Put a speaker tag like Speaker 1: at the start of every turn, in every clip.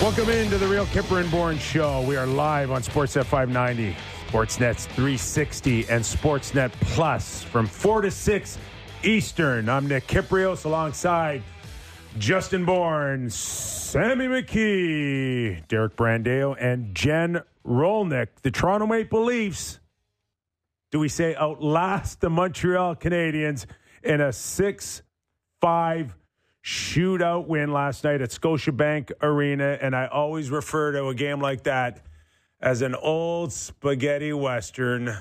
Speaker 1: Welcome into the Real Kipper and Bourne Show. We are live on Sportsnet 590, Sportsnet's 360, and Sportsnet Plus from 4 to 6 Eastern. I'm Nick Kiprios alongside Justin Bourne, Sammy McKee, Derek Brandeo, and Jen Rolnick. The Toronto Maple Leafs, do we say, outlast the Montreal Canadiens in a 6 5 shootout win last night at Scotiabank Arena, and I always refer to a game like that as an old spaghetti western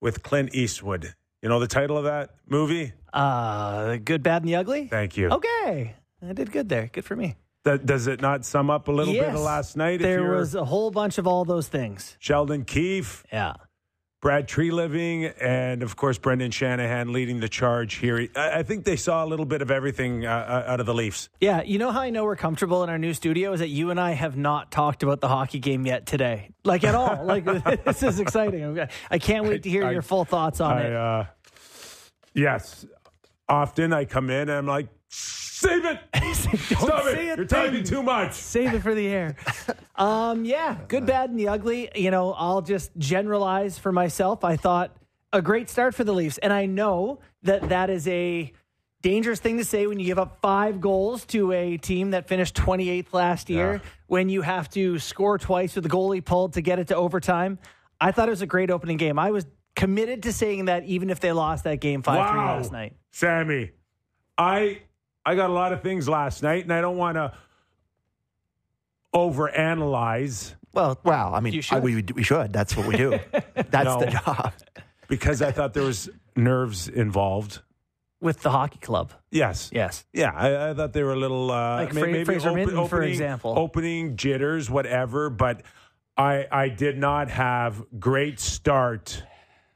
Speaker 1: with Clint Eastwood. You know the title of that movie?
Speaker 2: Uh, good, bad, and the ugly.
Speaker 1: Thank you.
Speaker 2: Okay, I did good there. Good for me.
Speaker 1: Th- does it not sum up a little bit
Speaker 2: Yes,
Speaker 1: of last night?
Speaker 2: There
Speaker 1: you're
Speaker 2: was a whole bunch of all those things.
Speaker 1: Sheldon Keefe,
Speaker 2: Yeah,
Speaker 1: Brad Tree Living, and of course Brendan Shanahan leading the charge here. I, I think they saw a little bit of everything uh, uh, out of the Leafs.
Speaker 2: yeah. You know how I know we're comfortable in our new studio is that you and I have not talked about the hockey game yet today, like at all. like this is exciting. I'm- I can't wait to hear
Speaker 1: I-
Speaker 2: your full thoughts on
Speaker 1: I,
Speaker 2: it.
Speaker 1: uh, yes. Often I come in and I'm like, save it. Stop
Speaker 2: Don't
Speaker 1: it.
Speaker 2: say
Speaker 1: You're
Speaker 2: a thing.
Speaker 1: talking too much.
Speaker 2: Save it for the air. Um, yeah, good, bad, and the ugly. You know, I'll just generalize for myself. I thought a great start for the Leafs, and I know that that is a dangerous thing to say when you give up five goals to a team that finished 28th last year.
Speaker 1: Yeah.
Speaker 2: When you have to score twice with the goalie pulled to get it to overtime, I thought it was a great opening game. I was committed to saying that even if they lost that game five three
Speaker 1: Wow.
Speaker 2: last night.
Speaker 1: Sammy, I I got a lot of things last night and I don't want to overanalyze
Speaker 2: Well,
Speaker 3: Well, I mean,
Speaker 2: You
Speaker 3: I-
Speaker 2: should.
Speaker 3: we, we should. That's what we do. That's
Speaker 1: No.
Speaker 3: the job.
Speaker 1: because I thought there was nerves involved.
Speaker 2: with the hockey club,
Speaker 1: Yes.
Speaker 2: yes.
Speaker 1: Yeah, I, I thought they were a little uh,
Speaker 2: Like
Speaker 1: may-
Speaker 2: Fra-
Speaker 1: maybe
Speaker 2: Fraser
Speaker 1: open-
Speaker 2: Minton, for
Speaker 1: opening-
Speaker 2: example.
Speaker 1: opening jitters, whatever. But I I did not have great start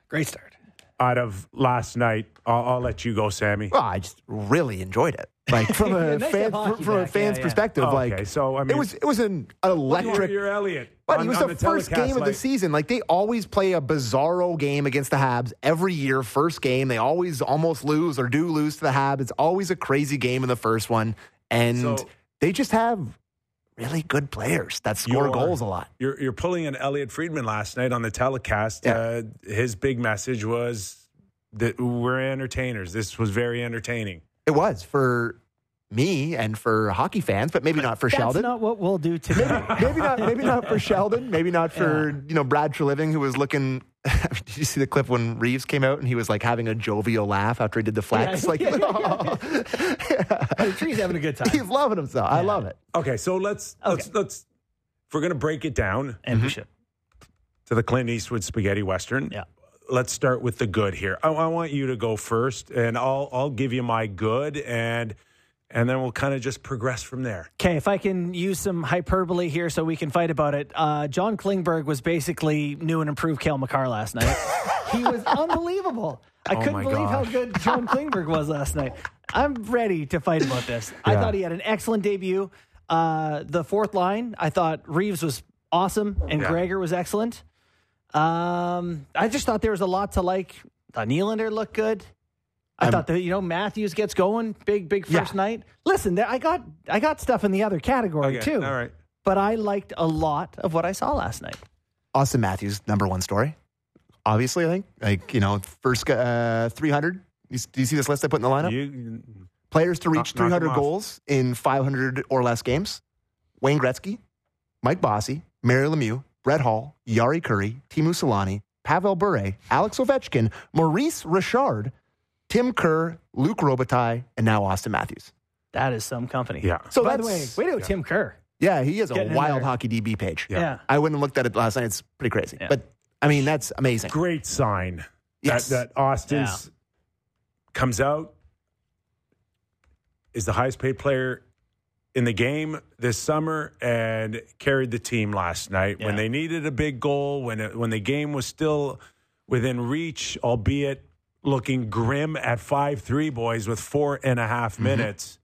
Speaker 2: Great start.
Speaker 1: out of last night. I'll, I'll let you go, Sammy.
Speaker 3: Well, I just really enjoyed it. Like from a
Speaker 2: Nice to
Speaker 3: fan,
Speaker 2: have hockey
Speaker 3: from, from a
Speaker 2: back.
Speaker 3: fan's
Speaker 2: Yeah, yeah.
Speaker 3: perspective,
Speaker 1: Okay,
Speaker 3: like
Speaker 1: so, I mean-
Speaker 3: it was it was an
Speaker 1: You're,
Speaker 3: electric.
Speaker 1: you're Elliot.
Speaker 3: But
Speaker 1: on-
Speaker 3: it was
Speaker 1: on
Speaker 3: the, first
Speaker 1: telecast,
Speaker 3: game of the
Speaker 1: like,
Speaker 3: season. Like they always play a bizarro game against the Habs every year. First game, they always almost lose or do lose to the Habs. It's always a crazy game in the first one, and
Speaker 1: So-
Speaker 3: they just have really good players that score
Speaker 1: You're-
Speaker 3: goals a lot.
Speaker 1: You're, you're pulling an Elliot Friedman last night on the telecast.
Speaker 3: Yeah.
Speaker 1: Uh, his big message was that we're entertainers. This was very entertaining.
Speaker 3: It was for me and for hockey fans, but maybe not for
Speaker 2: That's
Speaker 3: Sheldon.
Speaker 2: not what we'll do today.
Speaker 3: maybe not maybe not for Sheldon, maybe not for you know Brad Treliving who was looking did you see the clip when Reeves came out and he was like having a jovial laugh after he did the flex?
Speaker 2: Yeah.
Speaker 3: Like
Speaker 2: Yeah, the tree's having a good
Speaker 3: he's
Speaker 2: time.
Speaker 3: loving himself. I love it.
Speaker 1: Okay, so let's let's let's if we're gonna break it down
Speaker 2: And
Speaker 3: Mm-hmm.
Speaker 2: we should.
Speaker 1: to the Clint Eastwood spaghetti western.
Speaker 2: Yeah.
Speaker 1: let's start with the good here. I, I want you to go first, and I'll I'll give you my good, and and then we'll kind of just progress from there.
Speaker 2: Okay, if I can use some hyperbole here so we can fight about it. Uh, John Klingberg was basically new and improved Kale McCarr last night. he was unbelievable. I couldn't
Speaker 3: Oh my
Speaker 2: believe how
Speaker 3: gosh.
Speaker 2: good John Klingberg was last night. I'm ready to fight about this. I thought he had an excellent debut. Uh, the fourth line, I thought Reeves was awesome and
Speaker 1: Yeah.
Speaker 2: Gregor was excellent. Um, I just thought there was a lot to like. Thought Nylander looked good. I thought that you know Matthews gets going big big first
Speaker 3: Yeah.
Speaker 2: night. Listen, there, I got I got stuff in the other category
Speaker 1: Okay,
Speaker 2: too.
Speaker 1: all right.
Speaker 2: but I liked a lot of what I saw last night.
Speaker 3: Austin Matthews, number one story. Obviously, I think. Like, you know, first uh, 300. You, s- do you see this list I put in the lineup?
Speaker 1: You
Speaker 3: Players to reach
Speaker 1: Knock- knock 'em
Speaker 3: 300
Speaker 1: off.
Speaker 3: goals in 500 or less games. Wayne Gretzky, Mike Bossy, Mary Lemieux, Brett Hall, Yari Curry, Timu Solani, Pavel Bure, Alex Ovechkin, Maurice Richard, Tim Kerr, Luke Robitaille, and now Austin Matthews.
Speaker 2: That is some company.
Speaker 1: yeah.
Speaker 3: So
Speaker 2: By the way,
Speaker 3: that's
Speaker 2: way to go, Tim Kerr.
Speaker 3: yeah, he has a
Speaker 2: Getting in
Speaker 3: wild
Speaker 2: there.
Speaker 3: hockey DB page.
Speaker 1: Yeah.
Speaker 2: Yeah.
Speaker 3: I went and looked at it last night. It's pretty crazy,
Speaker 2: Yeah.
Speaker 3: but I mean that's amazing.
Speaker 1: Great sign
Speaker 3: Yes.
Speaker 1: that that Austin's comes out is the highest paid player in the game this summer and carried the team last night when
Speaker 2: Yeah.
Speaker 1: they needed a big goal when it, when the game was still within reach, albeit looking grim at five three boys with four and a half minutes.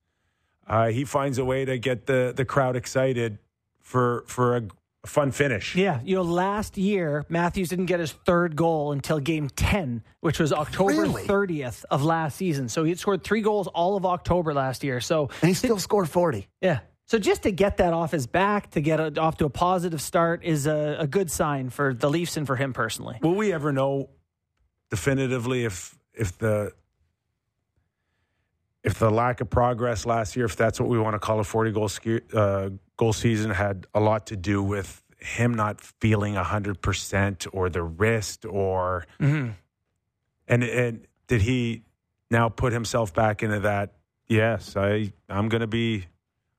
Speaker 1: Uh, he finds a way to get the the crowd excited for for a g- fun finish.
Speaker 2: Yeah, you know, last year Matthews didn't get his third goal until game ten, which was October
Speaker 3: Really?
Speaker 2: thirtieth of last season. So he had scored three goals all of October last year. So
Speaker 3: and he still scored 40.
Speaker 2: yeah, So just to get that off his back, to get it off to a positive start, is a, a good sign for the Leafs and for him personally.
Speaker 1: Will we ever know definitively if if the if the lack of progress last year, if that's what we want to call a forty goal ske- uh, goal season, had a lot to do with him not feeling hundred percent, or the wrist, or and and did he now put himself back into that? Yes, I I'm gonna be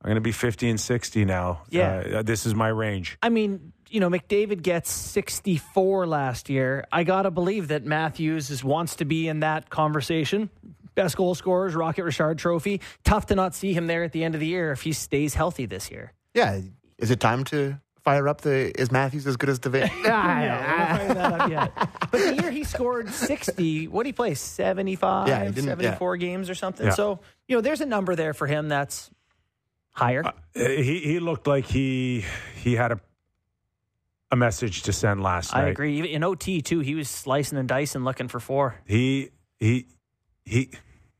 Speaker 1: I'm gonna be fifty and sixty now.
Speaker 2: Yeah.
Speaker 1: uh, this is my range.
Speaker 2: I mean, you know, McDavid gets 64 last year. I got to believe that Matthews is, wants to be in that conversation. Best goal scorers, Rocket Richard trophy. Tough to not see him there at the end of the year if he stays healthy this year.
Speaker 3: Yeah. Is it time to fire up the is Matthews as good as DeVay?
Speaker 2: Yeah, we're not firing that up yet. But the year he scored 60, what did he play? 75,
Speaker 3: Yeah, he didn't- yeah.
Speaker 2: 74 games or something.
Speaker 1: Yeah.
Speaker 2: So, you know, there's a number there for him that's higher.
Speaker 1: Uh, He he looked like he he had a a message to send last
Speaker 2: I
Speaker 1: night.
Speaker 2: agree. Even In OT, too, he was slicing and dicing looking for four.
Speaker 1: He he he.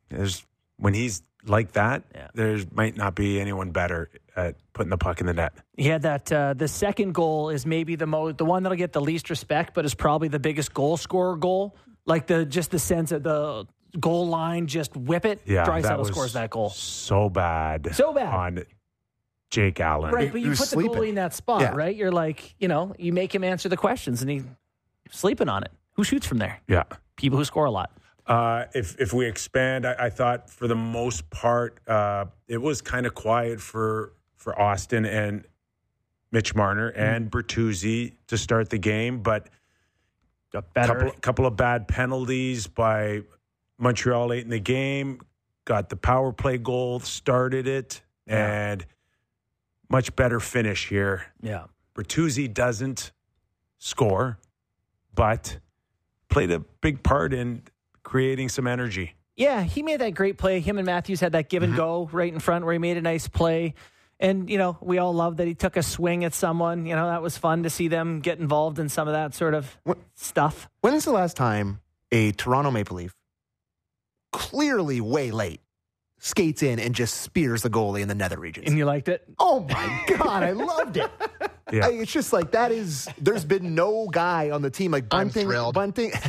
Speaker 1: There's when he's like that.
Speaker 2: Yeah.
Speaker 1: There might not be anyone better at putting the puck in the net.
Speaker 2: He had that. Uh, the second goal is maybe the mo the one that'll get the least respect, but is probably the biggest goal scorer goal. Like the just the sense of the goal line, just whip it.
Speaker 1: Yeah, that
Speaker 2: Drysdale
Speaker 1: was
Speaker 2: scores that goal.
Speaker 1: So bad.
Speaker 2: So bad.
Speaker 1: on Jake Allen.
Speaker 2: Right, but
Speaker 3: he
Speaker 2: you
Speaker 3: was
Speaker 2: put the
Speaker 3: sleeping.
Speaker 2: goalie in that spot,
Speaker 3: Yeah.
Speaker 2: right? You're like, you know, you make him answer the questions, and he's sleeping on it. Who shoots from there?
Speaker 1: Yeah.
Speaker 2: People who score a lot.
Speaker 1: Uh, if if we expand, I, I thought for the most part uh, it was kind of quiet for for Austin and Mitch Marner and Bertuzzi to start the game, but
Speaker 2: Got better.
Speaker 1: couple couple of bad penalties by Montreal late in the game. Got the power play goal, started it, and much better finish here.
Speaker 2: yeah,
Speaker 1: Bertuzzi doesn't score, but played a big part in creating some energy.
Speaker 2: yeah. He made that great play. Him and Matthews had that give and go right in front, where he made a nice play. And you know, we all love that he took a swing at someone. You know, that was fun to see them get involved in some of that sort of
Speaker 3: What-
Speaker 2: stuff.
Speaker 3: When's the last time a Toronto Maple Leaf, clearly way late, skates in and just spears the goalie in the nether regions?
Speaker 2: And you liked it?
Speaker 3: Oh my God, I loved it.
Speaker 1: Yeah.
Speaker 3: I- it's just like that is, there's been no guy on the team like
Speaker 4: I'm
Speaker 3: Bunting.
Speaker 4: thrilled.
Speaker 3: Bunting,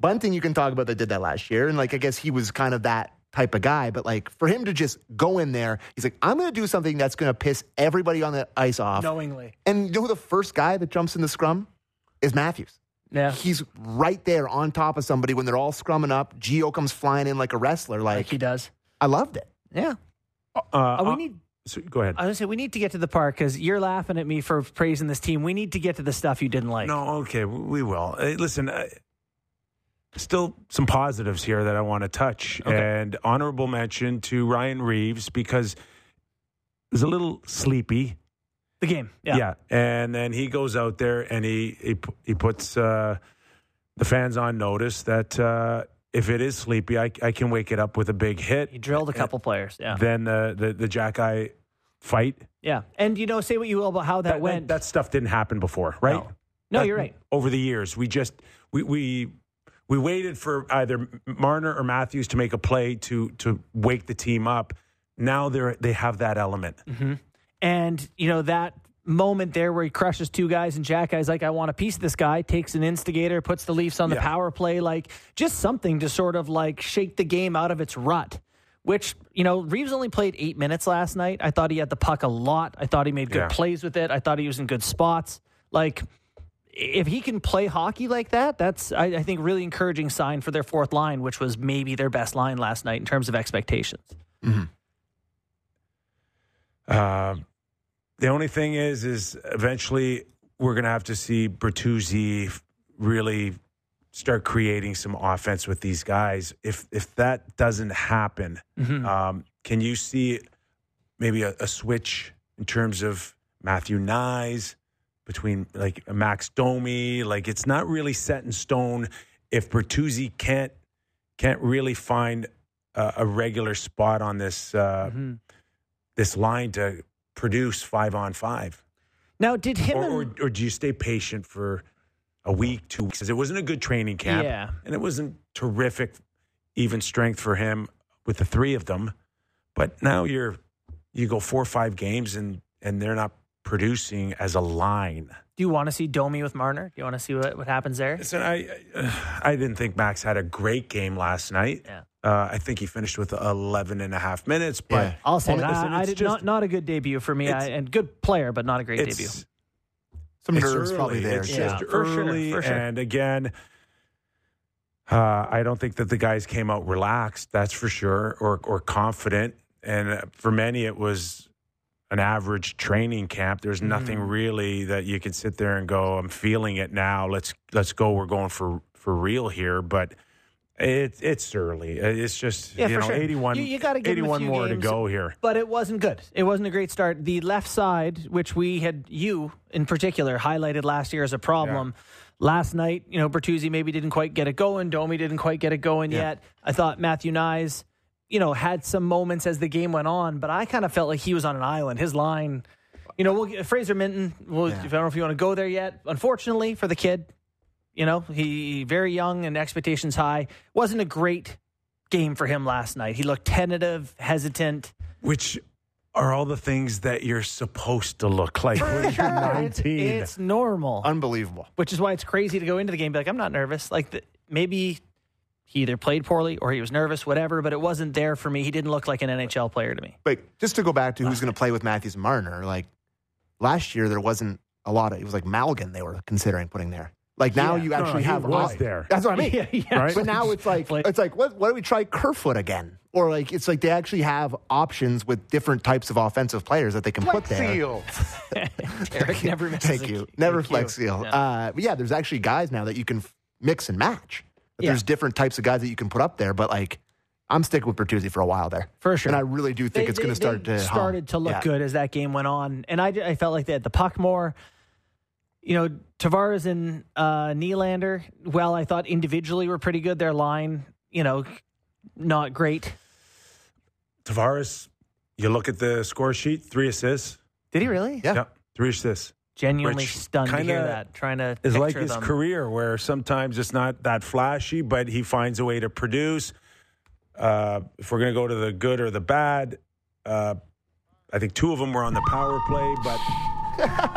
Speaker 3: Bunting, you can talk about that did that last year. And like, I guess he was kind of that type of guy. But like, for him to just go in there, he's like, I'm going to do something that's going to piss everybody on the ice off.
Speaker 2: Knowingly.
Speaker 3: And you know who the first guy that jumps in the scrum is Matthews.
Speaker 2: Yeah.
Speaker 3: He's right there on top of somebody when they're all scrumming up. Geo comes flying in like a wrestler.
Speaker 2: Like
Speaker 3: Like,
Speaker 2: he does.
Speaker 3: I loved it.
Speaker 2: Yeah.
Speaker 1: Uh,
Speaker 2: Uh,
Speaker 1: uh,
Speaker 2: we need
Speaker 1: so- go ahead.
Speaker 2: I was gonna say we need to get to the part because you're laughing at me for praising this team. We need to get to the stuff you didn't like.
Speaker 1: No, okay, we will. Uh, listen, uh, still some positives here that I want to touch, and honorable mention to Ryan Reeves because he was a little sleepy.
Speaker 2: The game. Yeah.
Speaker 1: and then he goes out there and he he, pu- he puts uh, the fans on notice that uh, if it is sleepy, I, I can wake it up with a big hit.
Speaker 2: He drilled a couple players. Yeah.
Speaker 1: Then the the, the Jack Eye fight
Speaker 2: yeah. And you know, say what you will about how that,
Speaker 1: that,
Speaker 2: went.
Speaker 1: that stuff didn't happen before, right?
Speaker 2: No. No,
Speaker 1: That-
Speaker 2: you're right.
Speaker 1: Over the years, we just we we we waited for either Marner or Matthews to make a play to to wake the team up. Now they're they have that element.
Speaker 2: And you know that moment there where he crushes two guys and Jack guy's like, I want a piece of this guy, takes an instigator, puts the Leafs on the
Speaker 1: Yeah.
Speaker 2: power play, like just something to sort of like shake the game out of its rut. Which, you know, Reeves only played eight minutes last night. I thought he had the puck a lot. I thought he made good
Speaker 1: Yeah.
Speaker 2: plays with it. I thought he was in good spots. Like if he can play hockey like that, that's I, I think really encouraging sign for their fourth line, which was maybe their best line last night in terms of expectations.
Speaker 1: Um, the only thing is, is eventually we're going to have to see Bertuzzi f- really start creating some offense with these guys. If if that doesn't happen, um, can you see maybe a, a switch in terms of Matthew Nyes between like Max Domi? Like it's not really set in stone if Bertuzzi can't can't really find a, a regular spot on this. Uh, this line to produce five on five?
Speaker 2: Now, did him
Speaker 1: Or,
Speaker 2: and-
Speaker 1: or, or do you stay patient for a week, two weeks? 'Cause It wasn't a good training camp.
Speaker 2: Yeah.
Speaker 1: And it wasn't terrific, even strength for him with the three of them. But now you're you go four or five games and and they're not producing as a line.
Speaker 2: Do you want to see Domi with Marner? Do you want to see what, what happens there?
Speaker 1: Listen, I I didn't think Max had a great game last night.
Speaker 2: Yeah.
Speaker 1: Uh, I think he finished with 11 and a half minutes, but
Speaker 3: Yeah.
Speaker 2: I'll say
Speaker 1: Well,
Speaker 2: that.
Speaker 1: listen,
Speaker 2: I, I
Speaker 1: it's
Speaker 2: did
Speaker 1: just-
Speaker 2: not not a good debut for me,
Speaker 1: It's-
Speaker 2: I, and good player, but not a great
Speaker 1: it's,
Speaker 2: debut.
Speaker 3: Some
Speaker 1: it's
Speaker 3: nerves probably
Speaker 1: early.
Speaker 3: there.
Speaker 1: It's
Speaker 3: too.
Speaker 2: Yeah,
Speaker 1: just
Speaker 2: for sure,
Speaker 1: early,
Speaker 2: for sure.
Speaker 1: and again, uh, I don't think that the guys came out relaxed. That's for sure, or or confident. And uh, for many, it was an average training camp. There's nothing
Speaker 2: Mm.
Speaker 1: really that you could sit there and go, "I'm feeling it now. Let's let's go. We're going for for real here." But it's it's early. It's just
Speaker 2: Yeah,
Speaker 1: you
Speaker 2: for
Speaker 1: know,
Speaker 2: sure.
Speaker 1: 81,
Speaker 2: You- you gotta give 'em a
Speaker 1: 81
Speaker 2: few
Speaker 1: more to
Speaker 2: games.
Speaker 1: go here.
Speaker 2: But it wasn't good. It wasn't a great start. The left side, which we had you in particular highlighted last year as a problem. Last night, you know, Bertuzzi maybe didn't quite get it going. Domi didn't quite get it going yet. I thought Matthew Nyes, you know, had some moments as the game went on, but I kind of felt like he was on an island. His line, you know, we'll get, Fraser Minton. We'll, I don't know if you want to go there yet. Unfortunately for the kid, you know, he very young and expectations high. Wasn't a great game for him last night. He looked tentative, hesitant.
Speaker 1: Which are all the things that you're supposed to look like when you're 19.
Speaker 2: It's, it's normal,
Speaker 3: Unbelievable.
Speaker 2: which is why it's crazy to go into the game and be like, I'm not nervous. Like the, maybe he either played poorly or he was nervous, whatever. But it wasn't there for me. He didn't look like an NHL player to me.
Speaker 3: But just to go back to who's going to play with Matthews and Marner, like last year there wasn't a lot of. It was like Malgin they were considering putting there. Like now
Speaker 2: Yeah.
Speaker 3: you
Speaker 1: No,
Speaker 3: actually
Speaker 1: he
Speaker 3: have an
Speaker 1: was
Speaker 3: eye.
Speaker 1: there.
Speaker 3: That's what I mean.
Speaker 2: yeah.
Speaker 1: Right?
Speaker 3: But now it's like
Speaker 2: Play-
Speaker 3: it's like what, why don't we try Kerfoot again? Or like it's like they actually have options with different types of offensive players that they can put there.
Speaker 2: Eric never misses.
Speaker 3: Thank
Speaker 2: a
Speaker 3: you.
Speaker 2: cue. Thank you.
Speaker 3: Never flex seal.
Speaker 2: Yeah.
Speaker 3: Uh, but yeah, there's actually guys now that you can f- mix and match. That
Speaker 2: Yeah.
Speaker 3: There's different types of guys that you can put up there, but like I'm sticking with Bertuzzi for a while there.
Speaker 2: For sure.
Speaker 3: And I really do think
Speaker 2: They-
Speaker 3: it's going
Speaker 2: they-
Speaker 3: to start
Speaker 2: they
Speaker 3: to hum.
Speaker 2: started to look
Speaker 3: Yeah.
Speaker 2: good as that game went on, and I, I felt like they had the puck more. You know, Tavares and uh, Nylander. Well, I thought individually were pretty good. Their line, you know, not great.
Speaker 1: Tavares, you look at the score sheet, three assists.
Speaker 2: Did he really?
Speaker 3: Yeah.
Speaker 1: Three assists.
Speaker 2: Genuinely
Speaker 1: Which
Speaker 2: stunned to hear
Speaker 1: kinda
Speaker 2: that. Trying to
Speaker 1: It's
Speaker 2: picture
Speaker 1: like his
Speaker 2: them.
Speaker 1: career where sometimes it's not that flashy, but he finds a way to produce. Uh, if we're going to go to the good or the bad, uh, I think two of them were on the power play, but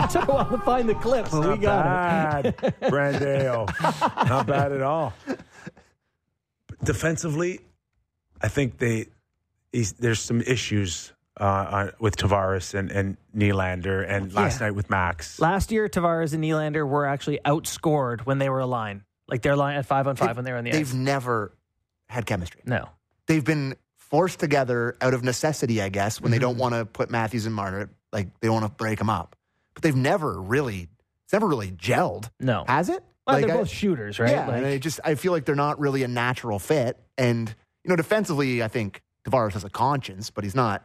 Speaker 2: Took a while to uh, find the clip, but we
Speaker 1: not
Speaker 2: got it.
Speaker 1: bad, Brandeo. not bad at all. But defensively, I think they he's, there's some issues uh, on, with Tavares and, and Nylander, and last
Speaker 2: Yeah.
Speaker 1: night with Max.
Speaker 2: Last year, Tavares and Nylander were actually outscored when they were a line, like their line at five on five when they were on the
Speaker 3: They've
Speaker 2: ice.
Speaker 3: never had chemistry.
Speaker 2: No.
Speaker 3: They've been forced together out of necessity, I guess, when they
Speaker 2: Mm-hmm.
Speaker 3: don't want to put Matthews and Marner, like they want to break them up. But they've never really, it's never really gelled,
Speaker 2: No.
Speaker 1: Ah,
Speaker 3: has it?
Speaker 2: Well,
Speaker 3: Like,
Speaker 2: they're
Speaker 3: I-
Speaker 2: both shooters, right?
Speaker 3: Yeah,
Speaker 2: Like-
Speaker 3: and I just I feel like they're not really a natural fit. And you know, defensively, I think Tavares has a conscience, but he's not.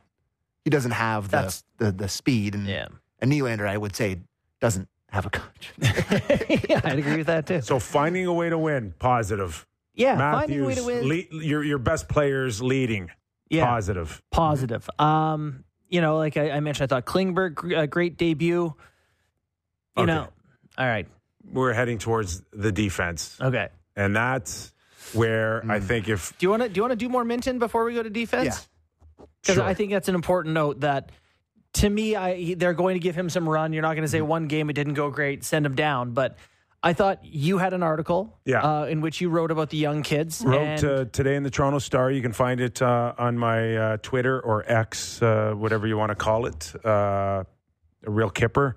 Speaker 3: He doesn't have the
Speaker 2: That's-
Speaker 3: the, the speed, and
Speaker 2: Yeah.
Speaker 3: and Nylander, I would say, doesn't have a conscience.
Speaker 2: yeah, I'd agree with that too.
Speaker 1: So finding a way to win, positive.
Speaker 2: yeah, finding a way
Speaker 1: Matthews,
Speaker 2: to win.
Speaker 1: lead- your your best players leading,
Speaker 2: yeah,
Speaker 1: positive.
Speaker 2: positive. Um, you know, like I, I mentioned, I thought Klingberg, gr- a great debut. You
Speaker 1: Okay.
Speaker 2: know, all right,
Speaker 1: We're heading towards the defense,
Speaker 2: okay.
Speaker 1: and that's where I think if
Speaker 2: Do you want to do you want to do more Minton before we go to defense? Because
Speaker 1: Sure.
Speaker 2: I think that's an important note that. To me, I, he- they're going to give him some run. You're not going to say
Speaker 1: Mm-hmm.
Speaker 2: one game it didn't go great, send him down. But I thought you had an article,
Speaker 1: Yeah.
Speaker 2: uh, in which you wrote about the young kids.
Speaker 1: wrote
Speaker 2: and-
Speaker 1: uh, today in the Toronto Star. You can find it uh, on my uh, Twitter or X, uh, whatever you want to call it, uh, a real kipper.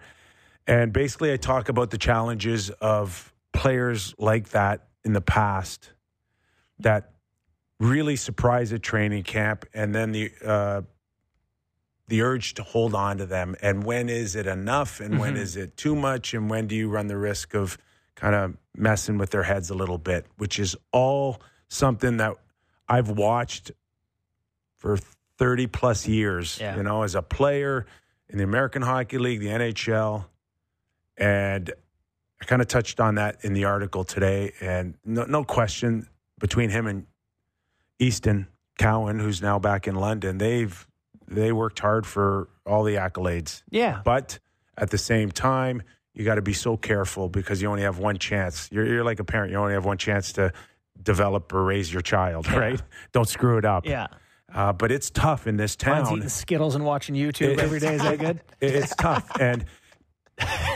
Speaker 1: And basically, I talk about the challenges of players like that in the past that really surprise at training camp, and then the uh, the urge to hold on to them. And when is it enough? And when is it too much? And when do you run the risk of kind of messing with their heads a little bit? Which is all something that I've watched for thirty plus years.
Speaker 2: Yeah.
Speaker 1: You know, as a player in the American Hockey League, the NHL, and I kind of touched on that in the article today, and no, no question between him and Easton Cowan, who's now back in London, they've they worked hard for all the accolades,
Speaker 2: yeah,
Speaker 1: but at the same time, you got to be so careful because you only have one chance. You're, you're like a parent; you only have one chance to develop or raise your child,
Speaker 2: Yeah.
Speaker 1: right? Don't screw it up.
Speaker 2: yeah,
Speaker 1: Uh, but it's tough in this
Speaker 2: Mine's
Speaker 1: town.
Speaker 2: eating Skittles and watching YouTube
Speaker 1: It-
Speaker 2: every day. Is that good?
Speaker 1: It- It's tough. And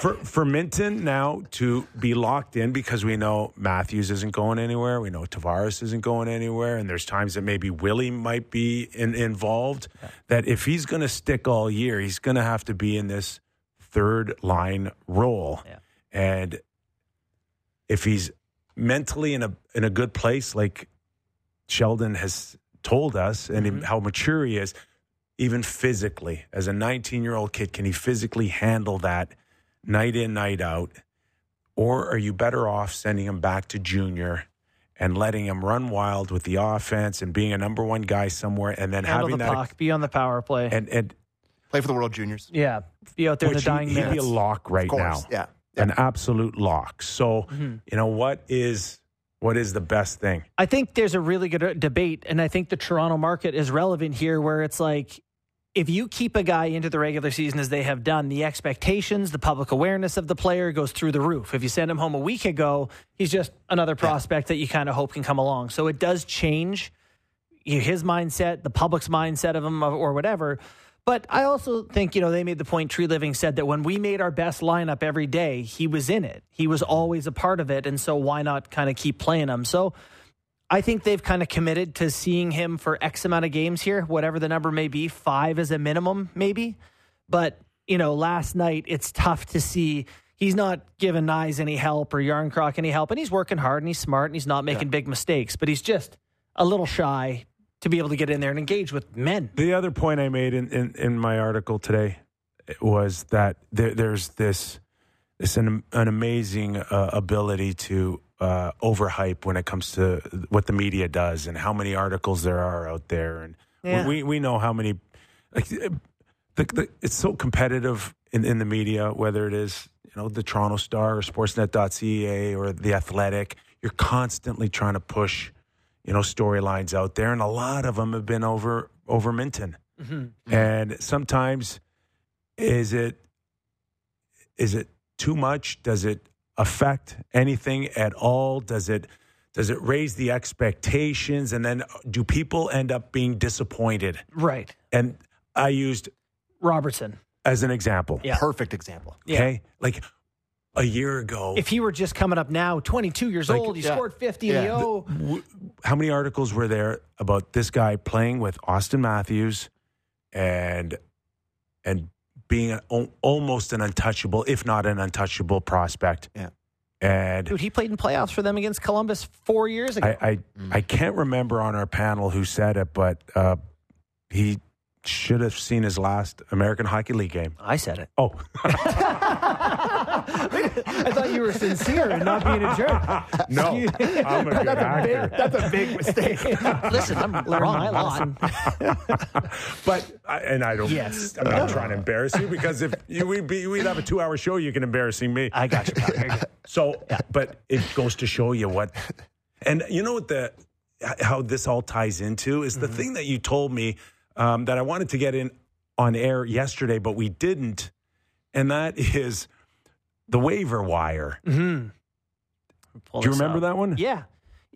Speaker 1: for, for Minton now to be locked in because we know Matthews isn't going anywhere. We know Tavares isn't going anywhere. And there's times that maybe Willie might be in, involved. That if he's going to stick all year, he's going to have to be in this third line role.
Speaker 2: Yeah.
Speaker 1: And if he's mentally in a in a good place, like Sheldon has told us, and
Speaker 2: Mm-hmm.
Speaker 1: him- how mature he is, even physically, as a 19 year old kid, can he physically handle that night in, night out? Or are you better off sending him back to junior and letting him run wild with the offense and being a number one guy somewhere and then
Speaker 2: Handle
Speaker 1: having
Speaker 2: the
Speaker 1: that
Speaker 2: puck. Be on the power play.
Speaker 1: and and
Speaker 3: Play for the World Juniors.
Speaker 2: yeah, be out there in the
Speaker 1: which he-
Speaker 2: dying
Speaker 1: he'd
Speaker 2: minutes.
Speaker 1: be a lock right
Speaker 3: Of
Speaker 1: now
Speaker 3: course. Yeah.
Speaker 1: an absolute lock. So,
Speaker 2: Mm-hmm.
Speaker 1: you know, what is what is the best thing?
Speaker 2: I think there's a really good uh, debate, and I think the Toronto market is relevant here, where it's like if you keep a guy into the regular season as they have done, the expectations, the public awareness of the player goes through the roof. If you send him home a week ago, he's just another prospect that you kind of hope can come along. So it does change you know, his mindset, the public's mindset of him, or- or whatever. But I also think, you know, they made the point, Tree Living said that when we made our best lineup every day, he was in it. He was always a part of it. And so why not kind of keep playing him? So I think they've kind of committed to seeing him for X amount of games here, whatever the number may be, five is a minimum, maybe. But, you know, last night it's tough to see he's not giving Nyes any help or Yarncroc any help. And he's working hard and he's smart and he's not making big mistakes, but he's just a little shy to be able to get in there and engage with men.
Speaker 1: The other point I made in, in, in my article today was that there, there's this this an, an amazing uh, ability to uh, overhype when it comes to what the media does and how many articles there are out there, and
Speaker 2: Yeah.
Speaker 1: we we know how many. Like, the, the, it's so competitive in, in the media, whether it is you know the Toronto Star or Sportsnet.ca or the Athletic. You're constantly trying to push, you know, storylines out there, and a lot of them have been over over Minton.
Speaker 3: Mm-hmm.
Speaker 1: And sometimes, is it is it too much? Does it affect anything at all? Does it does it raise the expectations? And then uh, do people end up being disappointed?
Speaker 2: Right.
Speaker 1: And I used
Speaker 2: Robertson.
Speaker 1: as an example.
Speaker 2: Yeah.
Speaker 3: Perfect example.
Speaker 2: Yeah.
Speaker 1: Okay. Like a year ago,
Speaker 2: If he were just coming up now, 22 years
Speaker 1: Like,
Speaker 2: old, he
Speaker 3: yeah.
Speaker 2: scored 50 in the
Speaker 3: Yeah.
Speaker 2: O.
Speaker 1: w- how many articles were there about this guy playing with Austin Matthews and and being an, al- almost an untouchable, if not an untouchable prospect?
Speaker 3: Yeah.
Speaker 1: And
Speaker 2: Dude, he played in playoffs for them against Columbus four years ago.
Speaker 1: I I, I can't remember on our panel who said it, but uh, he should have seen his last American Hockey League game.
Speaker 2: I said it.
Speaker 1: Oh,
Speaker 2: I thought you were sincere and not being a jerk.
Speaker 1: no. I'm a good actor.
Speaker 3: That's a big mistake.
Speaker 2: Listen, I'm learning my lesson.
Speaker 1: But I, and I don't.
Speaker 2: Yes.
Speaker 1: I'm not trying to embarrass you because if you, we'd be, we'd have a two-hour show, you can embarrassing me.
Speaker 2: I got you. pal. You're good.
Speaker 1: So, but it goes to show you what, and you know what the how this all ties into is the
Speaker 2: Mm-hmm.
Speaker 1: thing that you told me um, that I wanted to get in on air yesterday, but we didn't, and that is the waiver wire.
Speaker 2: Pull
Speaker 1: Do you
Speaker 2: this
Speaker 1: remember
Speaker 2: up.
Speaker 1: that one?
Speaker 2: Yeah.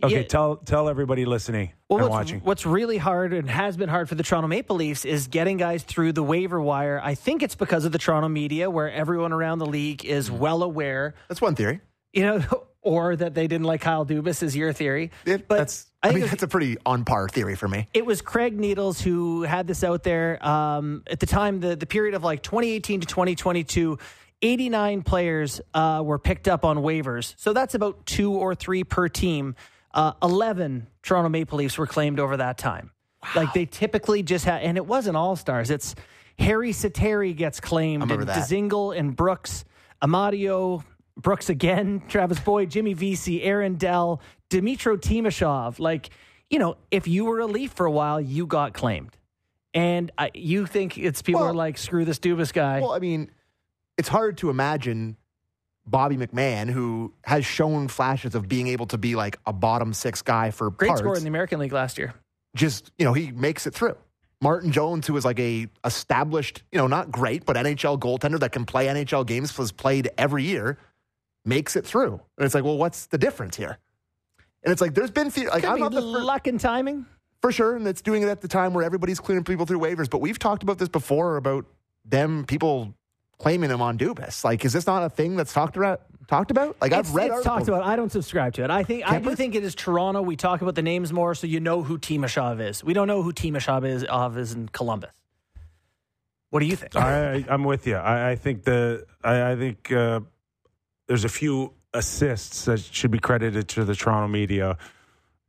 Speaker 1: Okay,
Speaker 2: Yeah.
Speaker 1: tell tell everybody listening
Speaker 2: Well,
Speaker 1: and
Speaker 2: what's,
Speaker 1: watching.
Speaker 2: what's really hard and has been hard for the Toronto Maple Leafs is getting guys through the waiver wire. I think it's because of the Toronto media, where everyone around the league is
Speaker 1: Mm.
Speaker 2: well aware,
Speaker 3: That's one theory.
Speaker 2: you know, or that they didn't like Kyle Dubas is your theory.
Speaker 3: It-
Speaker 2: but
Speaker 3: that's,
Speaker 2: I
Speaker 3: I,
Speaker 2: think
Speaker 3: mean,
Speaker 2: it was-
Speaker 3: that's a pretty on par theory for me.
Speaker 2: it was Craig Needles who had this out there um, at the time. The the period of like 2018 to 2022, 89 players uh, were picked up on waivers. So that's about two or three per team. Uh, 11 Toronto Maple Leafs were claimed over that time. Like they typically just had, and it wasn't all stars. It's Harry Sateri gets claimed, and
Speaker 3: remember that.
Speaker 2: Zingle and Brooks, Amadio, Brooks again, Travis Boyd, Jimmy VC, Aaron Dell, Dmitro Timoshov. Like, you know, if you were a Leaf for a while, you got claimed. And I, you think it's people
Speaker 3: Well-
Speaker 2: are like, screw this Dubas guy.
Speaker 3: Well, I mean, it's hard to imagine Bobby McMahon, who has shown flashes of being able to be like a bottom six guy for
Speaker 2: Great
Speaker 3: parts,
Speaker 2: score in the American League last year.
Speaker 3: just you know he makes it through. Martin Jones, who is like a established, you know, not great, but NHL goaltender that can play NHL games, was played every year, makes it through. And it's like, well, what's the difference here? And it's like, there's been, the- like,
Speaker 2: Could
Speaker 3: I'm
Speaker 2: be
Speaker 3: not the first.
Speaker 2: luck and timing.
Speaker 3: for sure. And that's doing it at the time where everybody's clearing people through waivers. But we've talked about this before about them people claiming him on Dubas. Like, is this not a thing that's talked about? Talked about? Like
Speaker 2: It's,
Speaker 3: I've read
Speaker 2: it's talked
Speaker 3: articles.
Speaker 2: about. I don't subscribe to it. I think I do
Speaker 3: Kemper?
Speaker 2: think it is Toronto. We talk about the names more, so you know who Timoshov is. We don't know who Timoshov is of is in Columbus. What do you think?
Speaker 3: Uh,
Speaker 1: I, I'm with you. I, I think the I, I think uh, there's a few assists that should be credited to the Toronto media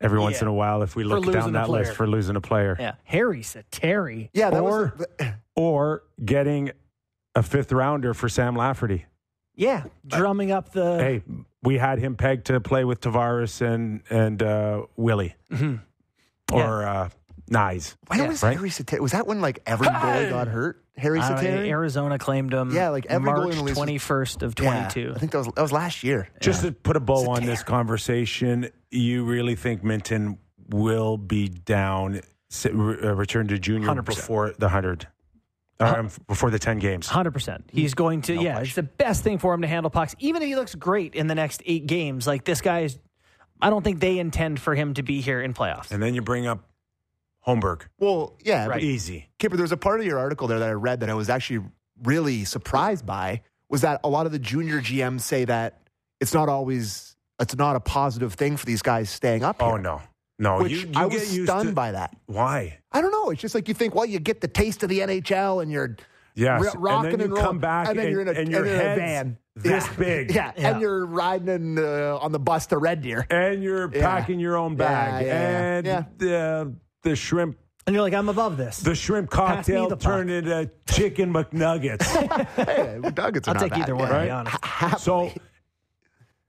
Speaker 1: every once
Speaker 2: Yeah.
Speaker 1: in a while if we look
Speaker 2: losing
Speaker 1: down
Speaker 2: a
Speaker 1: that
Speaker 2: player.
Speaker 1: list for losing a player
Speaker 2: Yeah, Harry Sateri.
Speaker 3: Yeah, that
Speaker 1: Or-
Speaker 3: was the-
Speaker 1: or getting a fifth rounder for Sam Lafferty.
Speaker 2: Yeah, drumming up the.
Speaker 1: Hey, we had him pegged to play with Tavares and and uh, Willie
Speaker 2: Mm-hmm.
Speaker 1: or uh, Nyes.
Speaker 3: when
Speaker 2: yeah,
Speaker 3: was
Speaker 1: right? Uh,
Speaker 3: Harry Sateri? Was that when like every goalie got hurt? Harry
Speaker 2: I don't know,
Speaker 3: Sateri?
Speaker 2: Arizona claimed him.
Speaker 3: Yeah, like every goalie
Speaker 2: March
Speaker 3: in the league was-
Speaker 2: twenty first of
Speaker 3: Yeah,
Speaker 2: twenty two.
Speaker 3: I think that was that was last year.
Speaker 1: Just to put a bow on
Speaker 3: Sateri.
Speaker 1: this conversation, you really think Minton will be down, s- re- uh, return to junior
Speaker 2: 100%.
Speaker 1: before the 100, um, f- before the 10 games?
Speaker 2: Hundred percent. He's
Speaker 3: Hmm.
Speaker 2: going to. yeah, it's the best thing for him to handle pucks. Even if he looks great in the next eight games, like this guy is. I don't think they intend for him to be here in playoffs.
Speaker 1: And then you bring up Holmberg.
Speaker 3: Well, yeah,
Speaker 2: Right.
Speaker 3: right.
Speaker 1: Easy.
Speaker 3: Kipper, there was a part of your article there that I read that I was actually really surprised by was that a lot of the junior GMs say that it's not always it's not a positive thing for these guys staying up
Speaker 1: Oh,
Speaker 3: here,
Speaker 1: no. No,
Speaker 3: Which
Speaker 1: you, you
Speaker 3: I
Speaker 1: get
Speaker 3: was
Speaker 1: used
Speaker 3: stunned
Speaker 1: to,
Speaker 3: by that.
Speaker 1: Why?
Speaker 3: I don't know. It's just like you think, well, you get the taste of the NHL and you're
Speaker 1: Yes.
Speaker 3: ro- rocking
Speaker 1: and
Speaker 3: and,
Speaker 1: then you
Speaker 3: rolling,
Speaker 1: come back
Speaker 3: and then you're in a,
Speaker 1: and
Speaker 3: and
Speaker 1: your
Speaker 3: you're in a
Speaker 1: head's
Speaker 3: van
Speaker 1: this
Speaker 3: Yeah.
Speaker 1: big.
Speaker 3: yeah,
Speaker 2: Yeah.
Speaker 3: and you're riding in, uh, on the bus to Red Deer.
Speaker 1: and you're
Speaker 3: Yeah.
Speaker 1: packing your own bag,
Speaker 3: Yeah, yeah, yeah.
Speaker 1: and
Speaker 3: Yeah.
Speaker 1: the the shrimp
Speaker 2: And you're like, I'm above this.
Speaker 1: the shrimp
Speaker 2: Pass me
Speaker 1: cocktail
Speaker 2: the puck.
Speaker 1: turned into chicken McNuggets.
Speaker 3: Hey, nuggets are
Speaker 2: I'll
Speaker 3: not
Speaker 2: take
Speaker 3: bad.
Speaker 2: either one. To
Speaker 1: Right?
Speaker 2: be honest.
Speaker 1: so,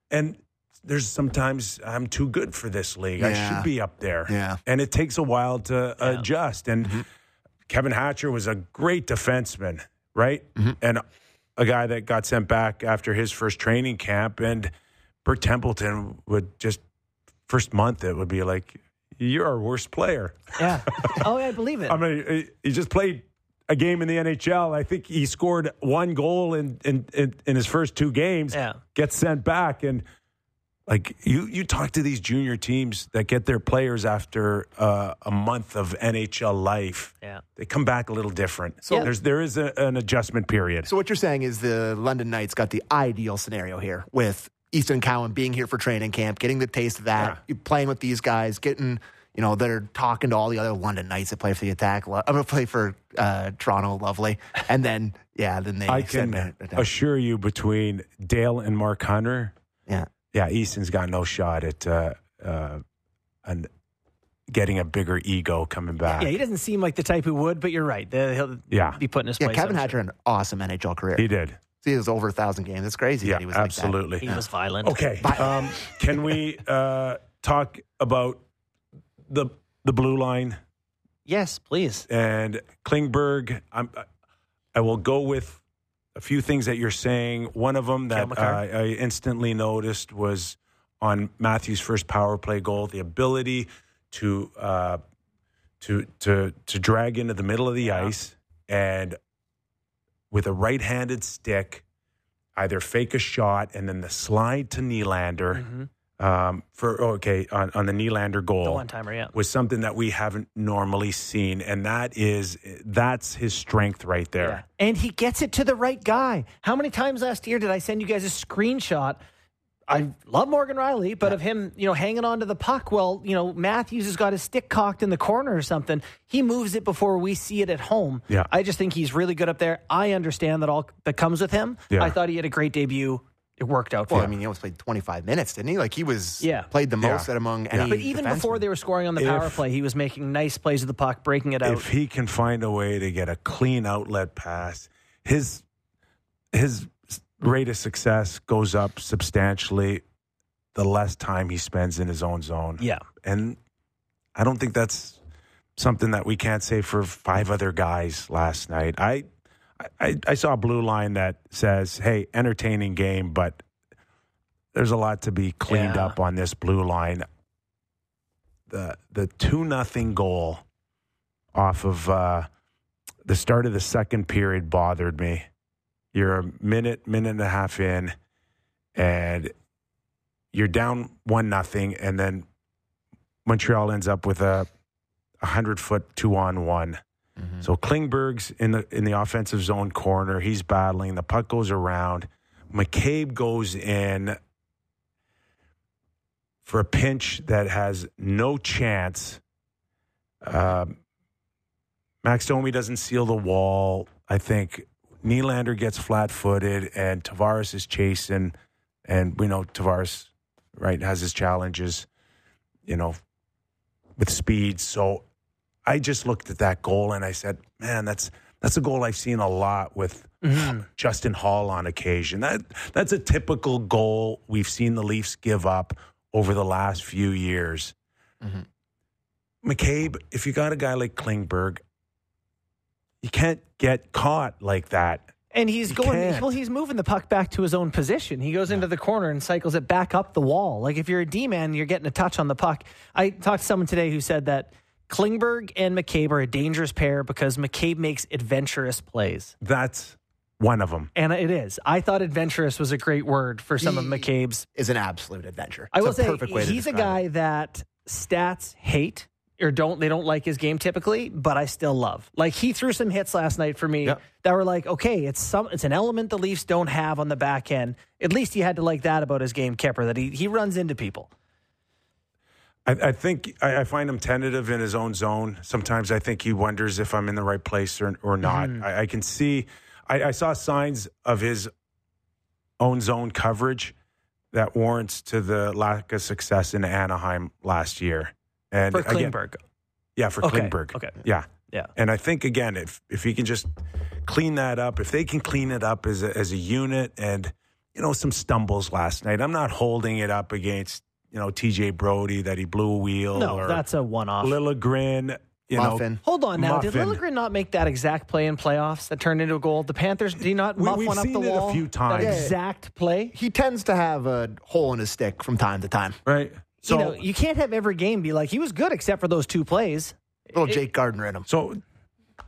Speaker 1: and there's sometimes I'm too good for this league. I
Speaker 3: Yeah.
Speaker 1: should be up there.
Speaker 3: Yeah. Mm-hmm.
Speaker 1: and it takes a while to adjust. And Kevin Hatcher was a great defenseman, right?
Speaker 3: Mm-hmm.
Speaker 1: And a guy that got sent back after his first training camp. And Bert Templeton would just first month it would be like. You're our worst player.
Speaker 2: Yeah. Oh, yeah, I believe it.
Speaker 1: I mean, he- he just played a game in the NHL. I think he scored one goal in in, in, in his first two games.
Speaker 2: Yeah.
Speaker 1: Gets sent back and like you you talk to these junior teams that get their players after uh, a month of NHL life.
Speaker 2: Yeah.
Speaker 1: They come back a little different. So
Speaker 2: Yeah.
Speaker 1: there's there is a, an adjustment period.
Speaker 3: So what you're saying is the London Knights got the ideal scenario here with Easton Cowan being here for training camp, getting the taste of that, playing with these guys, getting you know they're talking to all the other London Knights that play for the attack. I'm gonna play for uh, Toronto, lovely, and then yeah, then they
Speaker 1: I
Speaker 3: send
Speaker 1: can
Speaker 3: it down.
Speaker 1: assure you between Dale and Mark Hunter,
Speaker 3: yeah.
Speaker 1: yeah, Easton's got no shot at uh, uh, an, getting a bigger ego coming back.
Speaker 2: yeah, he doesn't seem like the type who would, but you're right. The- He'll
Speaker 1: Yeah.
Speaker 2: be put in his
Speaker 3: Yeah,
Speaker 2: place.
Speaker 3: Kevin
Speaker 2: I'm
Speaker 3: Hatcher had an awesome NHL career.
Speaker 1: He did.
Speaker 3: he was over a thousand games. It's crazy.
Speaker 1: Yeah,
Speaker 3: that he was like that.
Speaker 1: absolutely.
Speaker 2: sure. He was violent.
Speaker 1: Okay. Um, can we uh, talk about the the blue line
Speaker 2: Yes, please.
Speaker 1: and Klingberg? I'm, I will go with a few things that you're saying. One of them that
Speaker 2: Cal
Speaker 1: I,
Speaker 2: McCarr.
Speaker 1: I instantly noticed was on Matthew's first power play goal, the ability to uh, to to to drag into the middle of the ice and with a right-handed stick, either fake a shot and then the slide to Nylander um, for okay on, on the Nylander goal
Speaker 2: Mm-hmm. The one timer, yeah.
Speaker 1: was something that we haven't normally seen, and that is that's his strength right
Speaker 2: Yeah.
Speaker 1: there.
Speaker 2: And he gets it to the right guy. How many times last year did I send you guys a screenshot? I love Morgan Riley, but of him, you know, hanging on to the puck. Well, you know, Matthews has got his stick cocked in the corner or something. He moves it before we see it at home.
Speaker 1: Yeah.
Speaker 2: I just think he's really good up there. I understand that all that comes with him.
Speaker 1: Yeah.
Speaker 2: I thought he had a great debut. It worked out for
Speaker 3: Well, I
Speaker 2: him.
Speaker 3: mean, he almost played 25 minutes, didn't he? Like he was
Speaker 2: Yeah.
Speaker 3: played the
Speaker 1: Yeah.
Speaker 3: most out among any.
Speaker 2: But even before
Speaker 3: defenseman.
Speaker 2: they were scoring on the power
Speaker 1: If-
Speaker 2: play, he was making nice plays with the puck, breaking it out.
Speaker 1: If he can find a way to get a clean outlet pass, his his rate of success goes up substantially. The less time he spends in his own zone,
Speaker 2: yeah.
Speaker 1: and I don't think that's something that we can't say for five other guys last night. I I, I saw a blue line that says, "Hey, entertaining game, but there's a lot to be cleaned
Speaker 2: Yeah.
Speaker 1: up on this blue line." The the two nothing goal off of uh, the start of the second period bothered me. You're a minute minute and a half in, and you're down one nothing, and then Montreal ends up with a hundred foot two on one.
Speaker 3: Mm-hmm.
Speaker 1: So Klingberg's in the in the offensive zone corner. He's battling. The puck goes around. McCabe goes in for a pinch that has no chance. Um Max Domi doesn't seal the wall. I think Nylander gets flat footed, and Tavares is chasing. And we know Tavares, right, has his challenges, you know, with speed. So I just looked at that goal and I said, "Man, that's that's a goal I've seen a lot with
Speaker 2: Mm-hmm.
Speaker 1: Justin Hall on occasion. That that's a typical goal we've seen the Leafs give up over the last few years." McCabe, if you got a guy like Klingberg, you can't get caught like that.
Speaker 2: And he's
Speaker 1: You
Speaker 2: going.
Speaker 1: can't.
Speaker 2: Well, he's moving the puck back to his own position. He goes into the corner and cycles it back up the wall. Like if you're a D man, you're getting a touch on the puck. I talked to someone today who said that Klingberg and McCabe are a dangerous pair because McCabe makes adventurous plays.
Speaker 1: That's one of them.
Speaker 2: And it is. I thought adventurous was a great word for some of
Speaker 3: Ye-
Speaker 2: McCabe's.
Speaker 3: Is an absolute adventure.
Speaker 2: I
Speaker 3: It's
Speaker 2: will
Speaker 3: a
Speaker 2: say
Speaker 3: perfect way to
Speaker 2: he's a
Speaker 3: describe
Speaker 2: guy
Speaker 3: it.
Speaker 2: that stats hate or don't they don't like his game typically, but I still love. Like he threw some hits last night for me
Speaker 3: Yep.
Speaker 2: that were like, okay, it's some it's an element the Leafs don't have on the back end. At least he had to like that about his game, Kepper, that he he runs into people.
Speaker 1: I, I think I, I find him tentative in his own zone. Sometimes I think he wonders if I'm in the right place or or not.
Speaker 2: Mm.
Speaker 1: I, I can see. I, I saw signs of his own zone coverage that warrants to the lack of success in Anaheim last year. And
Speaker 2: For
Speaker 1: again-
Speaker 2: Klingberg.
Speaker 1: yeah, for
Speaker 2: Okay,
Speaker 1: Klingberg.
Speaker 2: okay.
Speaker 1: Yeah.
Speaker 2: Yeah.
Speaker 1: And I think again, if if he can just clean that up, if they can clean it up as a, as a unit, and you know some stumbles last night, I'm not holding it up against you know T.J. Brody that he blew a wheel
Speaker 2: No,
Speaker 1: or
Speaker 2: that's a one off.
Speaker 1: Lilligren. You
Speaker 3: Muffin.
Speaker 2: Hold on now. Did
Speaker 1: Muffin.
Speaker 2: Lilligren not make that exact play in playoffs that turned into a goal? The Panthers did he not
Speaker 1: We-
Speaker 2: muff
Speaker 1: we've
Speaker 2: one up
Speaker 1: seen
Speaker 2: the
Speaker 1: it a
Speaker 2: wall?
Speaker 1: few times.
Speaker 2: That
Speaker 1: Yeah.
Speaker 2: exact play?
Speaker 3: He tends to have a hole in his stick from time to time.
Speaker 1: know, right? So
Speaker 2: you know, you can't have every game be like he was good except for those two plays.
Speaker 3: Little Jake Gardner in him.
Speaker 1: so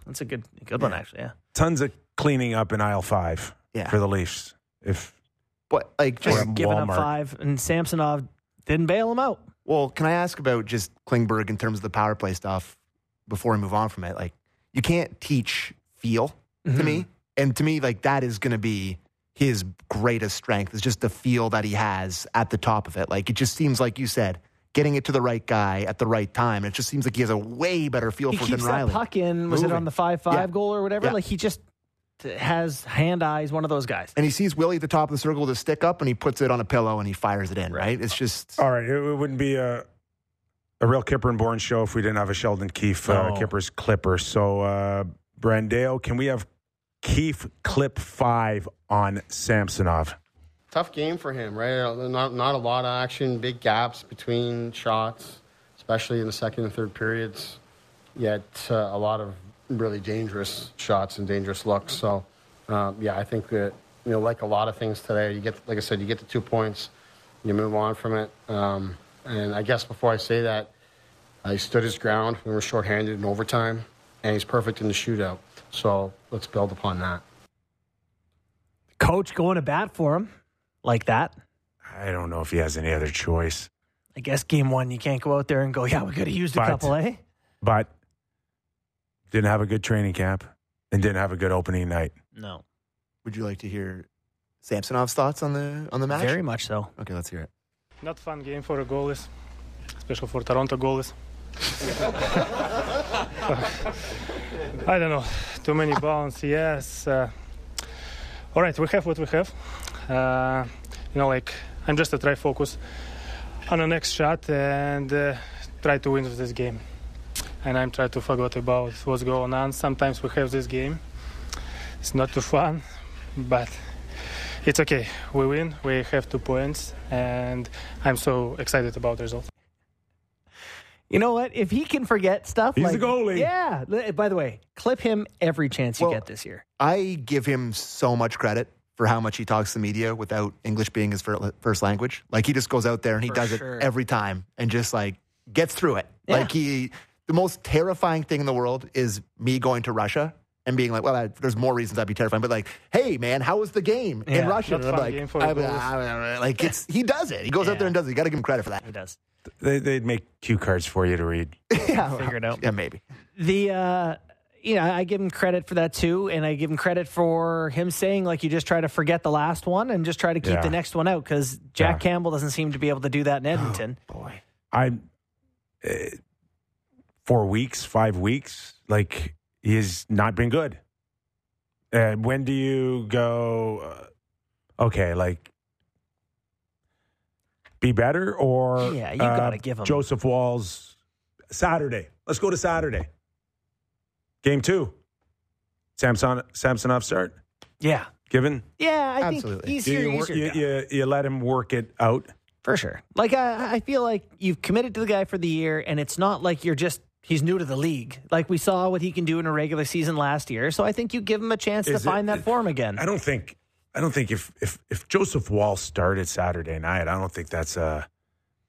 Speaker 2: That's a good good one actually. Yeah.
Speaker 1: tons of cleaning up in aisle five
Speaker 3: Yeah.
Speaker 1: for the Leafs. If
Speaker 3: But like just
Speaker 1: Or at
Speaker 2: giving
Speaker 1: Walmart.
Speaker 2: up five, and Samsonov didn't bail him out.
Speaker 3: Well, can I ask about just Klingberg in terms of the power play stuff before we move on from it? Like, you can't teach feel to me.
Speaker 2: Mm-hmm.
Speaker 3: And to me, like, that is going to be his greatest strength is just the feel that he has at the top of it. Like, it just seems like you said, getting it to the right guy at the right time. It just seems like he has a way better feel
Speaker 2: He
Speaker 3: for it
Speaker 2: keeps
Speaker 3: than
Speaker 2: that
Speaker 3: Riley.
Speaker 2: puck in. Was it
Speaker 3: Moving.
Speaker 2: on the five-five
Speaker 3: Yeah.
Speaker 2: goal or whatever?
Speaker 3: Yeah.
Speaker 2: Like he just t- has hand eyes. One of those guys.
Speaker 3: And he sees Willie at the top of the circle with a stick up and he puts it on a pillow and he fires it in, right? It's just,
Speaker 1: All right, it, it wouldn't be a a real Kipper and Bourne show if we didn't have a Sheldon Keefe uh,
Speaker 2: No.
Speaker 1: Kipper's Clipper. So uh, Brandeo, can we have Keefe clip five on Samsonov?
Speaker 4: tough game for him, right? Uh, Not, not a lot of action, big gaps between shots, especially in the second and third periods. Yet uh, a lot of really dangerous shots and dangerous looks. So, um, yeah, I think that you know, like a lot of things today, you get, like I said, you get the two points, you move on from it. Um, and I guess before I say that, uh, he stood his ground when we were shorthanded in overtime, and he's perfect in the shootout. So let's build upon that.
Speaker 2: Coach going to bat for him like that.
Speaker 1: I don't know if he has any other choice,
Speaker 2: I guess game one, you can't go out there and go, yeah, we could have used a
Speaker 1: But-
Speaker 2: couple, eh?
Speaker 1: but didn't have a good training camp and didn't have a good opening night.
Speaker 2: No,
Speaker 3: would you like to hear Samsonov's thoughts on the on the match?
Speaker 2: very much so.
Speaker 3: Okay, let's hear it.
Speaker 5: Not fun game for a goalies, especially for Toronto goalies. I don't know. Too many bounce. Yes. Uh, all right, we have what we have. Uh, you know, like I'm just a try focus on the next shot and uh, try to win this game. And I'm trying to forget about what's going on. Sometimes we have this game. It's not too fun, but it's okay. We win. We have two points, and I'm so excited about the result.
Speaker 2: You know what? If he can forget stuff,
Speaker 1: He's
Speaker 2: like,
Speaker 1: the goalie.
Speaker 2: Yeah. Li- By the way, clip him every chance you
Speaker 3: Well,
Speaker 2: get this year.
Speaker 3: I give him so much credit for how much he talks to the media without English being his fir- first language. Like he just goes out there and he
Speaker 2: For
Speaker 3: does
Speaker 2: sure.
Speaker 3: it every time and just like gets through it.
Speaker 2: Yeah.
Speaker 3: Like he, the most terrifying thing in the world is me going to Russia and being like, well, I, there's more reasons I'd be terrifying, but like, hey man, how was the game in
Speaker 2: Yeah.
Speaker 3: Russia?
Speaker 5: Not
Speaker 3: And I'm
Speaker 5: fun
Speaker 3: like,
Speaker 5: game for
Speaker 3: I-
Speaker 5: the Bulls.
Speaker 3: I- I- I- like it's he does it. He goes
Speaker 2: Yeah.
Speaker 3: out there and does it. You got to give him credit for that.
Speaker 2: He does.
Speaker 1: They, they'd make cue cards for you to read.
Speaker 3: yeah,
Speaker 2: Figure it out.
Speaker 3: Yeah, maybe.
Speaker 2: the uh you know i give him credit for that too and i give him credit for him saying like you just try to forget the last one and just try to keep
Speaker 1: Yeah.
Speaker 2: the next one out because jack
Speaker 1: Yeah.
Speaker 2: campbell doesn't seem to be able to do that in edmonton
Speaker 3: Boy,
Speaker 1: I'm uh, four weeks, five weeks. Like he's not been good. And when do you go? Uh, okay, like be better or uh,
Speaker 2: Yeah, you gotta give him-
Speaker 1: Joseph Walls Saturday. Let's go to Saturday. Game two. Samson Samsonov start
Speaker 2: yeah
Speaker 1: given.
Speaker 2: yeah i
Speaker 3: Absolutely.
Speaker 2: think he's
Speaker 1: Do
Speaker 2: your,
Speaker 1: you,
Speaker 2: he's
Speaker 1: wor-
Speaker 2: your
Speaker 1: you,
Speaker 2: guy.
Speaker 1: you, you let him work it out.
Speaker 2: for sure like I, I feel like you've committed to the guy for the year and it's not like you're just he's new to the league like we saw what he can do in a regular season last year so i think you give him a chance to
Speaker 1: Is it-
Speaker 2: find that form again
Speaker 1: I don't think I don't think if if if Joseph Wall started Saturday night, I don't think that's a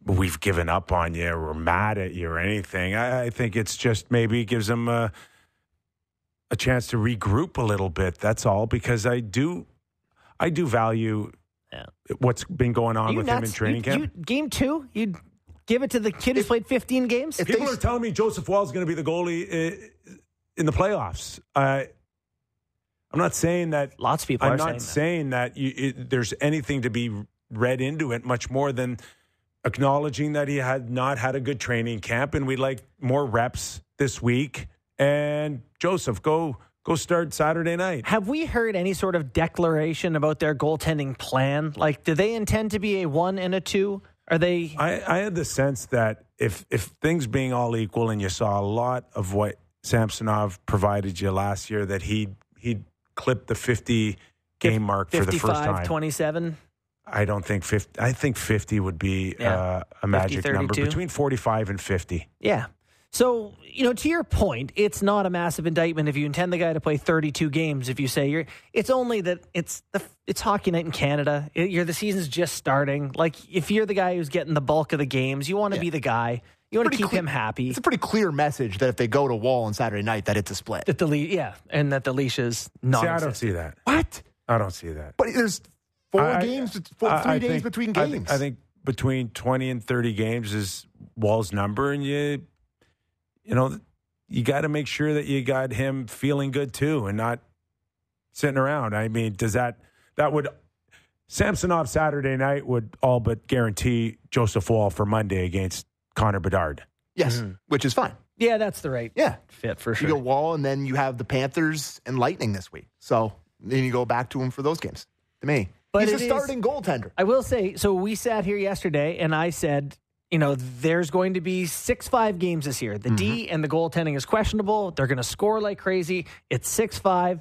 Speaker 1: we've given up on you or we're mad at you or anything. I, I think it's just maybe gives him a a chance to regroup a little bit. That's all because I do I do value
Speaker 2: Yeah.
Speaker 1: what's been going on
Speaker 2: You
Speaker 1: with him in
Speaker 2: nuts?
Speaker 1: training
Speaker 2: You-
Speaker 1: camp.
Speaker 2: you- game two you'd give it to the kid who's played 15 games
Speaker 3: if
Speaker 1: People
Speaker 3: they-
Speaker 1: are telling me Joseph Wall is going to be the goalie uh, in the playoffs. I I'm not saying that
Speaker 2: Lots of people
Speaker 1: I'm
Speaker 2: are
Speaker 1: not saying
Speaker 2: saying
Speaker 1: that, you, it, there's anything to be read into it much more than acknowledging that he had not had a good training camp, and we'd like more reps this week. And Joseph, go go start Saturday night.
Speaker 2: that. Have we heard any sort of declaration about their goaltending plan? Like, do they intend to be a one and a two? Are they?
Speaker 1: I, I had the sense that if if things being all equal, and you saw a lot of what Samsonov provided you last year, that he he'd clip the 50 game mark for the first
Speaker 2: 55,
Speaker 1: time.
Speaker 2: 27.
Speaker 1: I don't think 50. I think 50 would be
Speaker 2: Yeah.
Speaker 1: uh, a magic number
Speaker 2: 32.
Speaker 1: between 45 and 50.
Speaker 2: Yeah. So, you know, to your point, it's not a massive indictment if you intend the guy to play 32 games. If you say you're, it's only that it's the it's hockey night in Canada. It- you're the season's just starting. Like, if you're the guy who's getting the bulk of the games, you want to be the guy. You want to
Speaker 3: Pretty
Speaker 2: keep
Speaker 3: cle-
Speaker 2: him happy.
Speaker 3: It's a pretty clear message that if they go to Wall on Saturday night, that it's a split.
Speaker 2: That the le- yeah, and that the leash is
Speaker 1: See, I
Speaker 2: non.
Speaker 1: don't see that.
Speaker 3: What?
Speaker 1: I don't see that.
Speaker 3: But there's four
Speaker 1: I- I-
Speaker 3: games, four,
Speaker 1: I-
Speaker 3: three
Speaker 1: I
Speaker 3: days
Speaker 1: think-
Speaker 3: between
Speaker 1: I
Speaker 3: games.
Speaker 1: thi- I think between 20 and 30 games is Wall's number, and you, you know, you got to make sure that you got him feeling good too, and not sitting around. I mean, does that that would Samsonov Saturday night would all but guarantee Joseph Wall for Monday against Connor Bedard.
Speaker 3: yes,
Speaker 1: mm-hmm.
Speaker 3: which is fine.
Speaker 2: Yeah, that's the right
Speaker 3: Yeah,
Speaker 2: fit for
Speaker 3: you go Wall, and then you have the Panthers and Lightning this week. So then you go back to him for those games. To me,
Speaker 2: But it
Speaker 3: he's a
Speaker 2: is-
Speaker 3: starting goaltender.
Speaker 2: I will say, so we sat here yesterday and I said, you know, there's going to be six five games this year. The D
Speaker 1: Mm-hmm.
Speaker 2: and the goaltending is questionable. They're going to score like crazy. It's six five.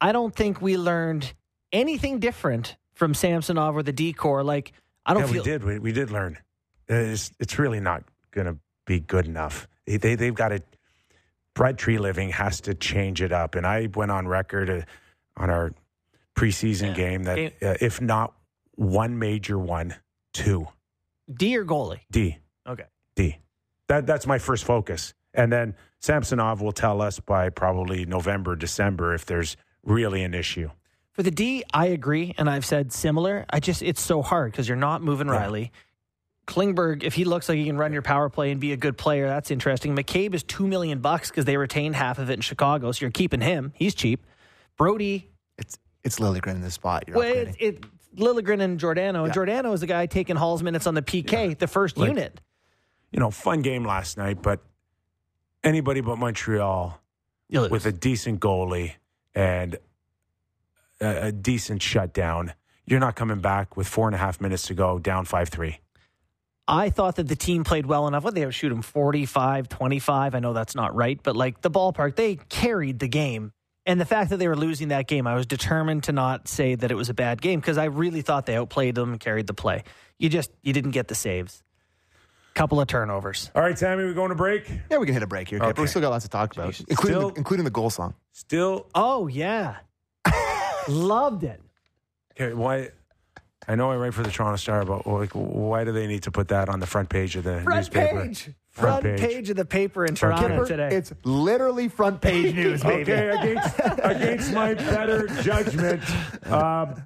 Speaker 2: I don't think we learned anything different from Samsonov or the D core. Like I don't
Speaker 1: Yeah,
Speaker 2: feel
Speaker 1: we did. We, we did learn. It's, it's really not going to be good enough. They, they, they've got to, Brad Tree Living has to change it up. And I went on record uh, on our preseason game that
Speaker 2: Game-
Speaker 1: uh, if not one major one, two.
Speaker 2: D or goalie.
Speaker 1: D.
Speaker 2: Okay.
Speaker 1: D. That, that's my first focus. And then Samsonov will tell us by probably November, December if there's really an issue.
Speaker 2: For the D, I agree, and I've said similar. I just it's so hard because you're not moving
Speaker 1: Yeah.
Speaker 2: Riley. Klingberg, if he looks like he can run your power play and be a good player, that's interesting. McCabe is two million bucks because they retained half of it in Chicago, so you're keeping him. He's cheap. Brody,
Speaker 3: It's it's Lilligren in this spot. You're
Speaker 2: well,
Speaker 3: upgrading.
Speaker 2: it, it Lilligren and Giordano, and Giordano is the guy taking Hall's minutes on the PK, the first
Speaker 1: Like-
Speaker 2: unit.
Speaker 1: You know, fun game last night, but anybody but Montreal – with a decent goalie and a, a decent shutdown, you're not coming back with four and a half minutes to go, down 5 3.
Speaker 2: I thought that the team played well enough. What they have shoot him 45, 25. I know that's not right, but like the ballpark, they carried the game. And the fact that they were losing that game, I was determined to not say that it was a bad game because I really thought they outplayed them and carried the play. You just you didn't get the saves. Couple of turnovers.
Speaker 1: All right, Tammy, we going to break?
Speaker 3: yeah, we can hit a break here, okay. but we
Speaker 1: Okay.
Speaker 3: still got lots to talk about,
Speaker 1: Jeez.
Speaker 3: including
Speaker 1: Still-
Speaker 3: the, including the goal song.
Speaker 1: Still.
Speaker 2: Oh yeah. Loved it.
Speaker 1: Okay, why? I know I write for the Toronto Star, but like, why do they need to put that on the front page of the
Speaker 2: Front
Speaker 1: newspaper?
Speaker 2: page.
Speaker 1: Front
Speaker 2: Front,
Speaker 1: page.
Speaker 2: page. of the paper in
Speaker 1: Front
Speaker 2: Toronto
Speaker 1: page.
Speaker 2: today.
Speaker 3: It's literally front page news, baby.
Speaker 1: Okay, against, against my better judgment, um,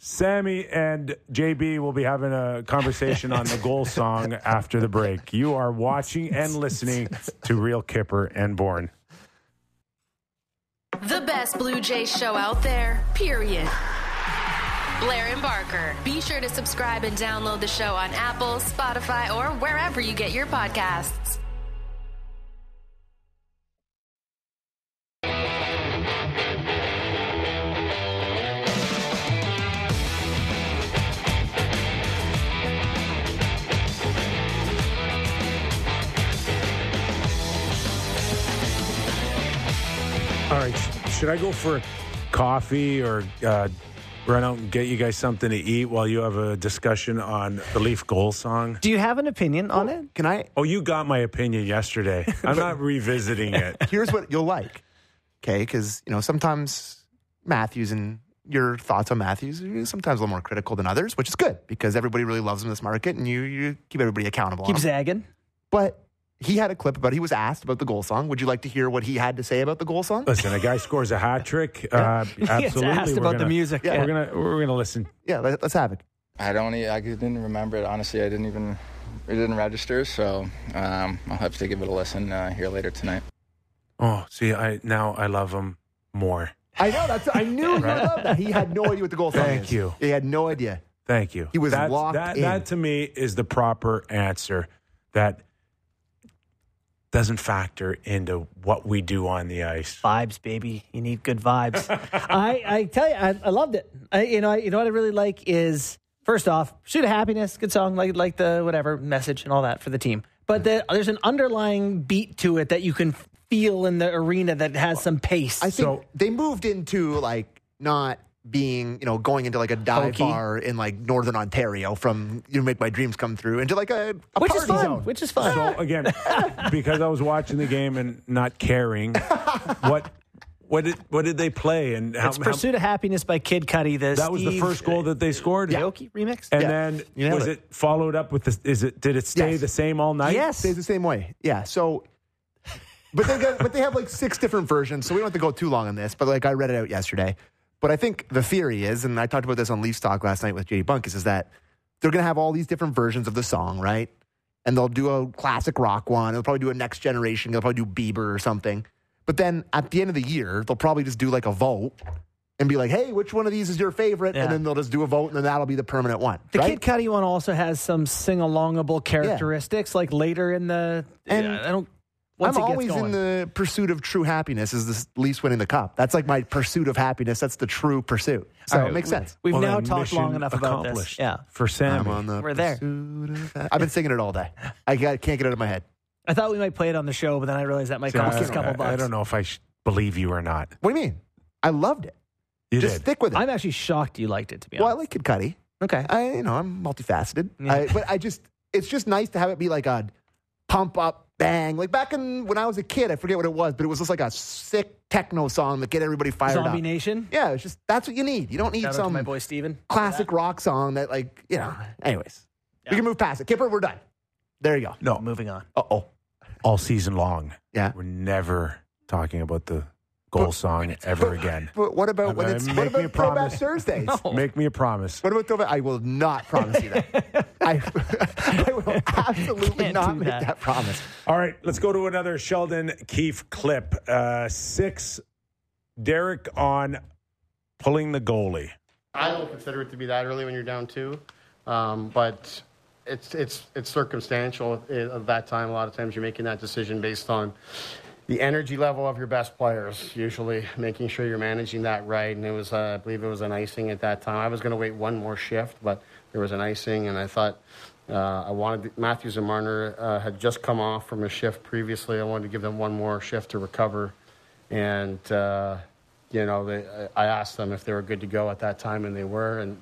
Speaker 1: Sammy and JB will be having a conversation on the goal song after the break. You are watching and listening to Real Kipper and Born.
Speaker 6: The best Blue Jays show out there, period. Blair and Barker. Be sure to subscribe and download the show on Apple, Spotify, or wherever you get your podcasts.
Speaker 1: All right, sh- should I go for coffee or uh, run out and get you guys something to eat while you have a discussion on the Leaf goal song?
Speaker 2: Do you have an opinion on it?
Speaker 3: Can I?
Speaker 1: Oh, you got my opinion yesterday. I'm not revisiting it.
Speaker 3: Here's what you'll like. Okay, because you know sometimes Matthews and your thoughts on Matthews are sometimes a little more critical than others, which is good because everybody really loves him in this market, and you you keep everybody accountable. on
Speaker 2: Keep
Speaker 3: him.
Speaker 2: zagging.
Speaker 3: But he had a clip about he was asked about the goal song. Would you like to hear what he had to say about the goal song?
Speaker 1: Listen, a guy scores a hat trick. Uh, absolutely,
Speaker 2: It's asked
Speaker 1: we're
Speaker 2: about the
Speaker 1: gonna-
Speaker 2: music.
Speaker 1: We're gonna we're gonna listen.
Speaker 3: Yeah, let, us have it.
Speaker 7: I don't. e- I didn't remember it. Honestly, I didn't even. It didn't register, so um, I'll have to give it a listen uh, here later tonight.
Speaker 1: Oh, see, I now I love him more.
Speaker 3: I know that's. I knew you would love that. He had no idea what the goal song
Speaker 1: Thank
Speaker 3: is.
Speaker 1: you.
Speaker 3: He had no idea.
Speaker 1: Thank you.
Speaker 3: He was
Speaker 1: That's-
Speaker 3: locked
Speaker 1: that,
Speaker 3: in.
Speaker 1: That to me is the proper answer. That doesn't factor into what we do on the ice.
Speaker 2: vibes, baby. You need good vibes. I, I tell you, I, I loved it. I, you know, I, you know what I really like is first off, shoot of happiness, good song, like like the whatever message and all that for the team. But the, there's an underlying beat to it that you can feel in the arena that has some pace.
Speaker 3: I think
Speaker 1: So-
Speaker 3: they moved into like not being, you know, going into like a dive
Speaker 2: Hokey.
Speaker 3: bar in like northern Ontario from you make my dreams come true into like a, a
Speaker 2: which is
Speaker 3: party
Speaker 2: fun.
Speaker 3: zone.
Speaker 2: Which is fun.
Speaker 1: So again, because I was watching the game and not caring, what what did what did they play and how,
Speaker 2: it's
Speaker 1: how-
Speaker 2: Pursuit of Happiness by Kid Cudi. The
Speaker 1: that was the
Speaker 2: Steve uh,
Speaker 1: first goal that they scored.
Speaker 2: Aoki remix.
Speaker 1: And
Speaker 3: Yeah.
Speaker 1: then
Speaker 3: You nailed
Speaker 1: was
Speaker 3: it.
Speaker 1: it. followed up with this? Is it did it stay
Speaker 3: Yes.
Speaker 1: the same all night?
Speaker 2: Yes.
Speaker 3: stays the same way. Yeah. So, but they got, but they have like six different versions, so we don't have to go too long on this. But like I read it out yesterday. But I think the theory is, and I talked about this on Leafs Talk last night with JD Bunkus, is that they're going to have all these different versions of the song, right? And they'll do a classic rock one. They'll probably do a next generation. They'll probably do Bieber or something. But then at the end of the year, they'll probably just do like a vote and be like, "Hey, which one of these is your favorite?"
Speaker 2: Yeah.
Speaker 3: And then they'll just do a vote, and then that'll be the permanent one.
Speaker 2: The Kid
Speaker 3: right?
Speaker 2: Cudi one also has some sing alongable characteristics, like later in the.
Speaker 3: And
Speaker 2: I don't. Once
Speaker 3: I'm
Speaker 2: it gets
Speaker 3: always
Speaker 2: going.
Speaker 3: in the pursuit of true happiness. Is this Leafs winning the cup? That's like my pursuit of happiness. That's the true pursuit. So Oh, it makes sense.
Speaker 2: We've
Speaker 1: Well,
Speaker 2: now
Speaker 1: then
Speaker 2: talked long
Speaker 1: mission
Speaker 2: enough about this.
Speaker 1: accomplished
Speaker 2: Yeah.
Speaker 1: for Sam.
Speaker 2: We're there.
Speaker 3: I've been singing it all day. I got, can't get it out of my head.
Speaker 2: I thought we might play it on the show, but then I realized that might
Speaker 1: I,
Speaker 2: cost us a couple
Speaker 1: I-
Speaker 2: bucks.
Speaker 1: I don't know if I sh- believe you or not.
Speaker 3: What do you mean? I loved it.
Speaker 1: You
Speaker 3: Just
Speaker 1: did.
Speaker 3: stick with it.
Speaker 2: I'm actually shocked you liked it, to be
Speaker 3: well, I
Speaker 2: honest.
Speaker 3: like Kid Cudi.
Speaker 2: okay.
Speaker 3: I, you know, I'm multifaceted.
Speaker 2: Yeah.
Speaker 3: I, but I just, it's just nice to have it be like a pump up bang. Like back in when I was a kid, I forget what it was, but it was just like a sick techno song that get everybody fired up.
Speaker 2: Zombie Nation.
Speaker 3: Yeah, it's just that's what you need. You don't need
Speaker 2: Shout out to
Speaker 3: some
Speaker 2: my boy Steven.
Speaker 3: classic rock song that like you know. Anyways, we can move past it. Kipper, we're done. There you go.
Speaker 1: no,
Speaker 2: Moving on.
Speaker 3: Uh oh.
Speaker 1: all season long.
Speaker 3: Yeah.
Speaker 1: We're never talking about the goal song ever again.
Speaker 3: But what about when
Speaker 1: Okay,
Speaker 3: it's
Speaker 1: make
Speaker 3: what
Speaker 1: me a
Speaker 3: about Throwback
Speaker 1: promise.
Speaker 3: Thursdays?
Speaker 1: Make me a promise.
Speaker 3: What about Throwback? I will not promise you that. I, I will absolutely
Speaker 2: Can't
Speaker 3: not
Speaker 2: do
Speaker 3: make
Speaker 2: that.
Speaker 3: that. promise.
Speaker 1: All right, let's go to another Sheldon Keefe clip. Uh, six, Derek on pulling the goalie.
Speaker 4: I don't consider it to be that early when you're down two, um, but it's it's it's circumstantial at- at that time. A lot of times you're making that decision based on the energy level of your best players. Usually, making sure you're managing that right. And it was, uh, I believe, it was an icing at that time. I was going to wait one more shift, but there was an icing, and I thought. Uh, I wanted Matthews and Marner uh, had just come off from a shift previously. I wanted to give them one more shift to recover, and uh, you know, they, I asked them if they were good to go at that time, and they were. And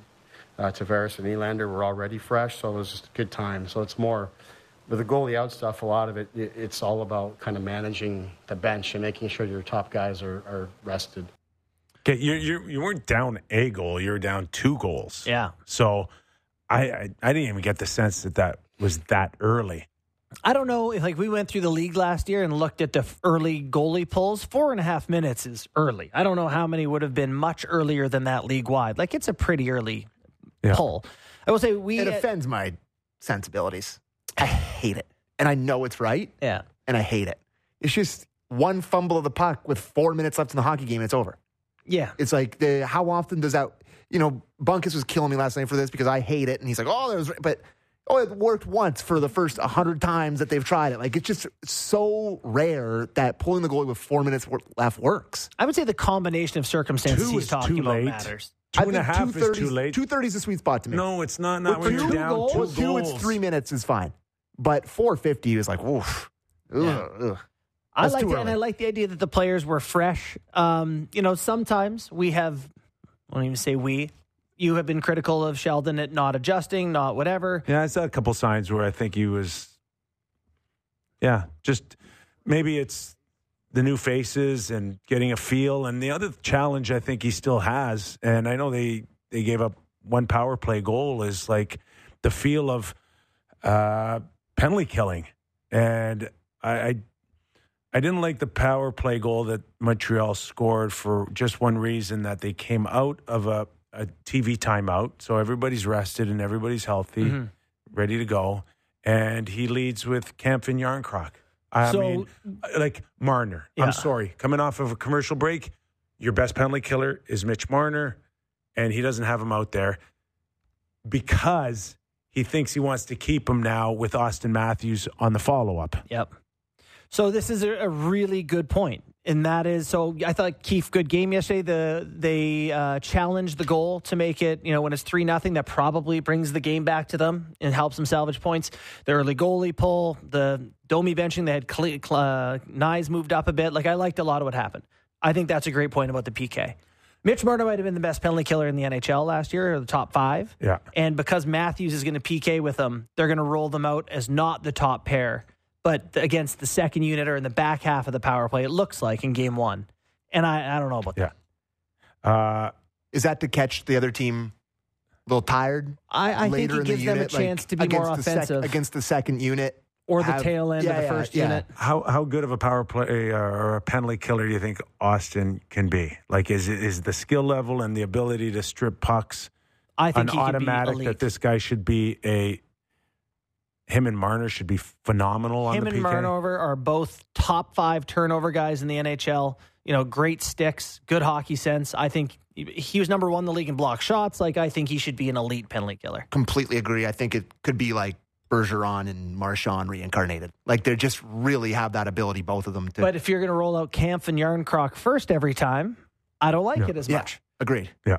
Speaker 4: uh, Tavares and Elander were already fresh, so it was just a good time. So it's more with the goalie out stuff. A lot of it, it it's all about kind of managing the bench and making sure your top guys are, are rested.
Speaker 1: Okay, you you you weren't down a goal; you were down two goals.
Speaker 2: Yeah.
Speaker 1: So, I I, I didn't even get the sense that that was that early.
Speaker 2: I don't know if like we went through the league last year and looked at the f- early goalie pulls. Four and a half minutes is early. I don't know how many would have been much earlier than that league wide. Like it's a pretty early
Speaker 1: Yeah.
Speaker 2: pull. I will say we uh,
Speaker 3: It offends my sensibilities. I hate it. And I know it's right,
Speaker 2: yeah.
Speaker 3: and I hate it. It's just one fumble of the puck with four minutes left in the hockey game, and it's over.
Speaker 2: Yeah.
Speaker 3: It's like the how often does that? You know, Bunkus was killing me last night for this because I hate it, and he's like, "Oh, that was," right," but oh, it worked once for the first hundred times that they've tried it. Like it's just so rare that pulling the goalie with four minutes wor- left works.
Speaker 2: I would say the combination of circumstances
Speaker 1: Two
Speaker 2: he's
Speaker 1: is
Speaker 2: talking
Speaker 1: too
Speaker 2: about
Speaker 1: late.
Speaker 2: matters.
Speaker 1: Two and a half is too late.
Speaker 3: Two thirty is the sweet spot to me.
Speaker 1: no, it's not.
Speaker 3: With
Speaker 1: Not when
Speaker 3: two
Speaker 1: you're down
Speaker 3: goals-
Speaker 1: two
Speaker 3: with
Speaker 1: goals.
Speaker 3: two, it's three minutes is fine, but four fifty is like woof. Ugh, ugh.
Speaker 2: I
Speaker 3: That's
Speaker 2: like
Speaker 3: too
Speaker 2: that, and
Speaker 3: early.
Speaker 2: I like the idea that the players were fresh. Um, you know, sometimes we have. I don't even say we. You have been critical of Sheldon at not adjusting, not whatever.
Speaker 1: Yeah, I saw a couple signs where I think he was. Yeah, just maybe it's the new faces and getting a feel, and the other challenge I think he still has, and I know they they gave up one power play goal is like the feel of uh, penalty killing, and I. I I didn't like the power play goal that Montreal scored for just one reason that they came out of a, a TV timeout. So everybody's rested and everybody's healthy,
Speaker 2: Mm-hmm.
Speaker 1: ready to go. And he leads with Kempf and Yarncroc. I
Speaker 2: So-
Speaker 1: mean, like Marner.
Speaker 2: Yeah.
Speaker 1: I'm sorry. Coming off of a commercial break, your best penalty killer is Mitch Marner, and he doesn't have him out there because he thinks he wants to keep him now with Austin Matthews on the follow up.
Speaker 2: Yep. So this is a, a really good point, and that is so. I thought Keith good game yesterday. The they uh, challenged the goal to make it. You know, when it's three nothing, that probably brings the game back to them and helps them salvage points. The early goalie pull, the Domi benching, they had Cle- Cle- uh, Nyes moved up a bit. Like I liked a lot of what happened. I think that's a great point about the PK. Mitch Marner might have been the best penalty killer in the NHL last year, or the top five.
Speaker 1: Yeah.
Speaker 2: And because Matthews is going to PK with them, they're going to roll them out as not the top pair, but th- against the second unit or in the back half of the power play, it looks like in game one. And I, I don't know about
Speaker 1: Yeah.
Speaker 2: that.
Speaker 1: Uh,
Speaker 3: Is that to catch the other team a little tired?
Speaker 2: I, I think
Speaker 3: later
Speaker 2: he
Speaker 3: in
Speaker 2: gives
Speaker 3: the
Speaker 2: them
Speaker 3: unit,
Speaker 2: a
Speaker 3: like,
Speaker 2: chance to be more
Speaker 3: against the sec-
Speaker 2: offensive
Speaker 3: against the second unit
Speaker 2: or the
Speaker 3: have-
Speaker 2: tail end
Speaker 3: Yeah,
Speaker 2: of the
Speaker 3: yeah,
Speaker 2: first
Speaker 3: yeah.
Speaker 2: unit.
Speaker 1: How how good of a power play uh, or a penalty killer do you think Austin can be? Like, is is the skill level and the ability to strip pucks
Speaker 2: I think
Speaker 1: an
Speaker 2: he could
Speaker 1: automatic
Speaker 2: be elite.
Speaker 1: that this guy should be a him and Marner should be phenomenal on
Speaker 2: Him
Speaker 1: the
Speaker 2: and
Speaker 1: PK?
Speaker 2: Marnover are both top five turnover guys in the NHL. You know, great sticks, good hockey sense. I think he was number one in the league in block shots. Like, I think he should be an elite penalty killer.
Speaker 3: completely agree. I think it could be like Bergeron and Marchand reincarnated. Like they just really have that ability, both of them. To,
Speaker 2: But if you're going to roll out Camp and Yarncroc first every time, I don't like it as
Speaker 3: yeah,
Speaker 2: much.
Speaker 3: agreed.
Speaker 1: Yeah.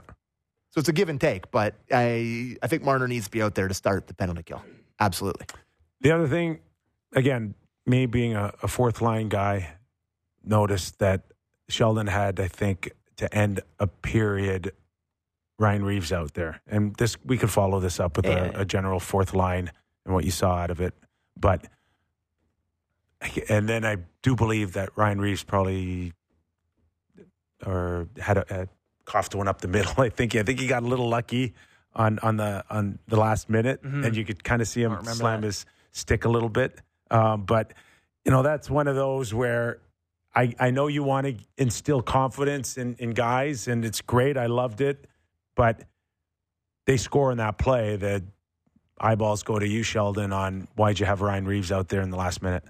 Speaker 3: So it's a give and take, but I I think Marner needs to be out there to start the penalty kill. Absolutely.
Speaker 1: The other thing, again, me being a, a fourth line guy, noticed that Sheldon had, I think, to end a period, Ryan Reeves out there, and this we could follow this up with
Speaker 2: Yeah.
Speaker 1: a, a general fourth line and what you saw out of it, but. And then I do believe that Ryan Reeves probably or had a, a coughed one up the middle. I think I think he got a little lucky on on the on the last minute, and you could kind of see him slam his stick a little bit. Um, but you know that's one of those where I I know you want to instill confidence in in guys, and it's great. I loved it, but they score in that play that. Eyeballs go to you, Sheldon. On why'd you have Ryan Reeves out there in the last minute?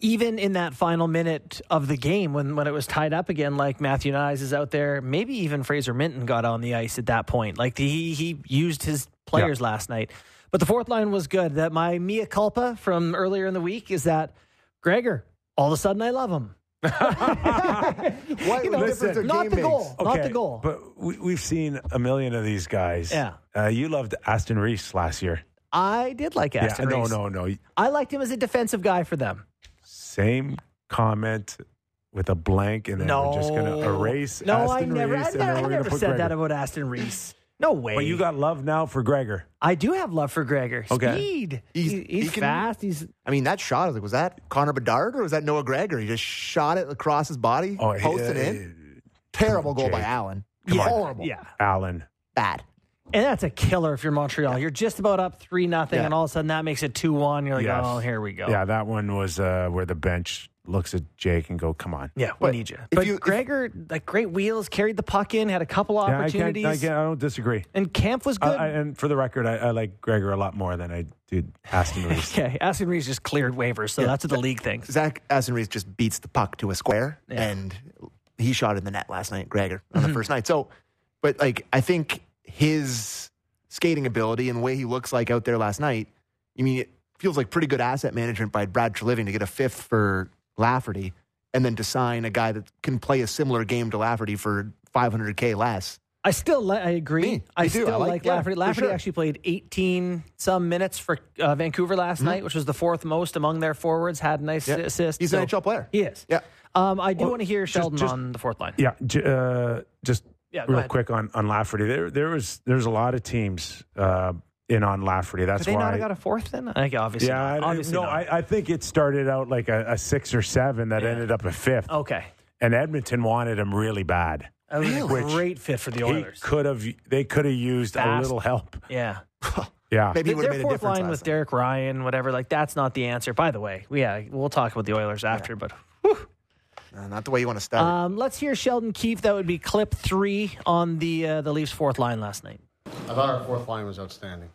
Speaker 2: Even in that final minute of the game when, when it was tied up again, like Matthew Nyes is out there, maybe even Fraser Minton got on the ice at that point. Like the, he, he used his players last night. But the fourth line was good. That my mea culpa from earlier in the week is that Gregor, all of a sudden I love him.
Speaker 3: What
Speaker 2: You know,
Speaker 1: difference a
Speaker 2: not the goal. Not the
Speaker 1: Okay,
Speaker 2: goal.
Speaker 1: But we, we've seen a million of these guys.
Speaker 2: Yeah.
Speaker 1: Uh, you loved Aston Reese last year.
Speaker 2: I did like Aston
Speaker 1: yeah.
Speaker 2: Reese.
Speaker 1: No, no, no.
Speaker 2: I liked him as a defensive guy for them.
Speaker 1: Same comment with a blank, and then
Speaker 2: no,
Speaker 1: we're just going to erase
Speaker 2: No,
Speaker 1: Aston
Speaker 2: I never,
Speaker 1: Reese.
Speaker 2: I,
Speaker 1: and
Speaker 2: never,
Speaker 1: then
Speaker 2: I
Speaker 1: we're gonna
Speaker 2: never
Speaker 1: put
Speaker 2: said that
Speaker 1: Gregor.
Speaker 2: about Aston Reese. No way.
Speaker 1: But you got love now for Gregor.
Speaker 2: I do have love for Gregor.
Speaker 1: Okay.
Speaker 2: Speed.
Speaker 3: He's-
Speaker 2: He- he's
Speaker 3: he can-
Speaker 2: fast. He's
Speaker 3: I mean, that shot was that Connor Bedard or was that Noah Gregor? He just shot it across his body,
Speaker 1: Oh,
Speaker 3: posted
Speaker 1: uh,
Speaker 3: in. Terrible goal by
Speaker 1: Jake.
Speaker 3: Allen.
Speaker 2: yeah,
Speaker 3: Horrible.
Speaker 2: Yeah.
Speaker 1: Allen.
Speaker 3: Bad.
Speaker 2: And that's a killer if you're Montreal. You're just about up 3 nothing,
Speaker 3: Yeah.
Speaker 2: and all of a sudden that makes it 2 1. You're like,
Speaker 1: Yes.
Speaker 2: oh, here we go.
Speaker 1: Yeah, that one was uh, where the bench looks at Jake and go, "Come on."
Speaker 2: Yeah, we need you.
Speaker 3: if
Speaker 2: But
Speaker 3: you- if-
Speaker 2: Gregor, like great wheels, carried the puck in, had a couple
Speaker 1: Yeah, I, can't,
Speaker 2: opportunities,
Speaker 1: I, can't, I don't disagree.
Speaker 2: and Camp was
Speaker 1: I,
Speaker 2: good.
Speaker 1: I, and for the record, I, I like Gregor a lot more than I did Aston Reese.
Speaker 2: okay, Aston Reese just cleared waivers, so that's what the league thinks.
Speaker 3: Zach Aston Reese just beats the puck to a square, and he shot in the net last night, Gregor, on
Speaker 2: Mm-hmm.
Speaker 3: the first night. So, but like, I think his skating ability and the way he looks like out there last night, I mean, it feels like pretty good asset management by Brad Treliving to get a fifth for Lafferty and then to sign a guy that can play a similar game to Lafferty for 500K less.
Speaker 2: I still li- I agree.
Speaker 3: Me,
Speaker 2: I
Speaker 3: I do.
Speaker 2: still
Speaker 3: I
Speaker 2: like,
Speaker 3: like- yeah,
Speaker 2: Lafferty.
Speaker 3: for
Speaker 2: Lafferty
Speaker 3: sure.
Speaker 2: actually played 18 some minutes for uh, Vancouver last
Speaker 3: Mm-hmm.
Speaker 2: night, which was the fourth most among their forwards. Had a nice assist.
Speaker 3: He's an NHL player.
Speaker 2: He is.
Speaker 3: Yeah.
Speaker 2: Um, I do want to hear Sheldon
Speaker 1: just-
Speaker 2: on the fourth line.
Speaker 1: Yeah, j- uh, just
Speaker 2: Yeah, go
Speaker 1: real
Speaker 2: ahead.
Speaker 1: quick on, on Lafferty. There, there was there's a lot of teams uh, in on Lafferty. That's
Speaker 2: Could they
Speaker 1: why.
Speaker 2: not have got a fourth then? I think obviously.
Speaker 1: yeah,
Speaker 2: not.
Speaker 1: I,
Speaker 2: obviously
Speaker 1: no,
Speaker 2: not.
Speaker 1: I, I think it started out like a, a six or seven that ended up a fifth,
Speaker 2: okay.
Speaker 1: and Edmonton wanted him really bad.
Speaker 2: That was a
Speaker 1: Which
Speaker 2: great fit for the
Speaker 1: He
Speaker 2: Oilers.
Speaker 1: could have. They could have used a
Speaker 2: Fast.
Speaker 1: little help.
Speaker 2: Yeah,
Speaker 1: Yeah,
Speaker 3: Maybe he would
Speaker 2: their
Speaker 3: have made a
Speaker 2: fourth
Speaker 3: difference.
Speaker 2: line with
Speaker 3: last night.
Speaker 2: Derek Ryan, whatever. Like that's not the answer. By the way, yeah, we'll talk about the Oilers after, but
Speaker 3: Uh, not the way you want to start.
Speaker 2: Um, let's hear Sheldon Keefe. That would be clip three on the uh, the Leafs' fourth line last night.
Speaker 4: I thought our fourth line was outstanding.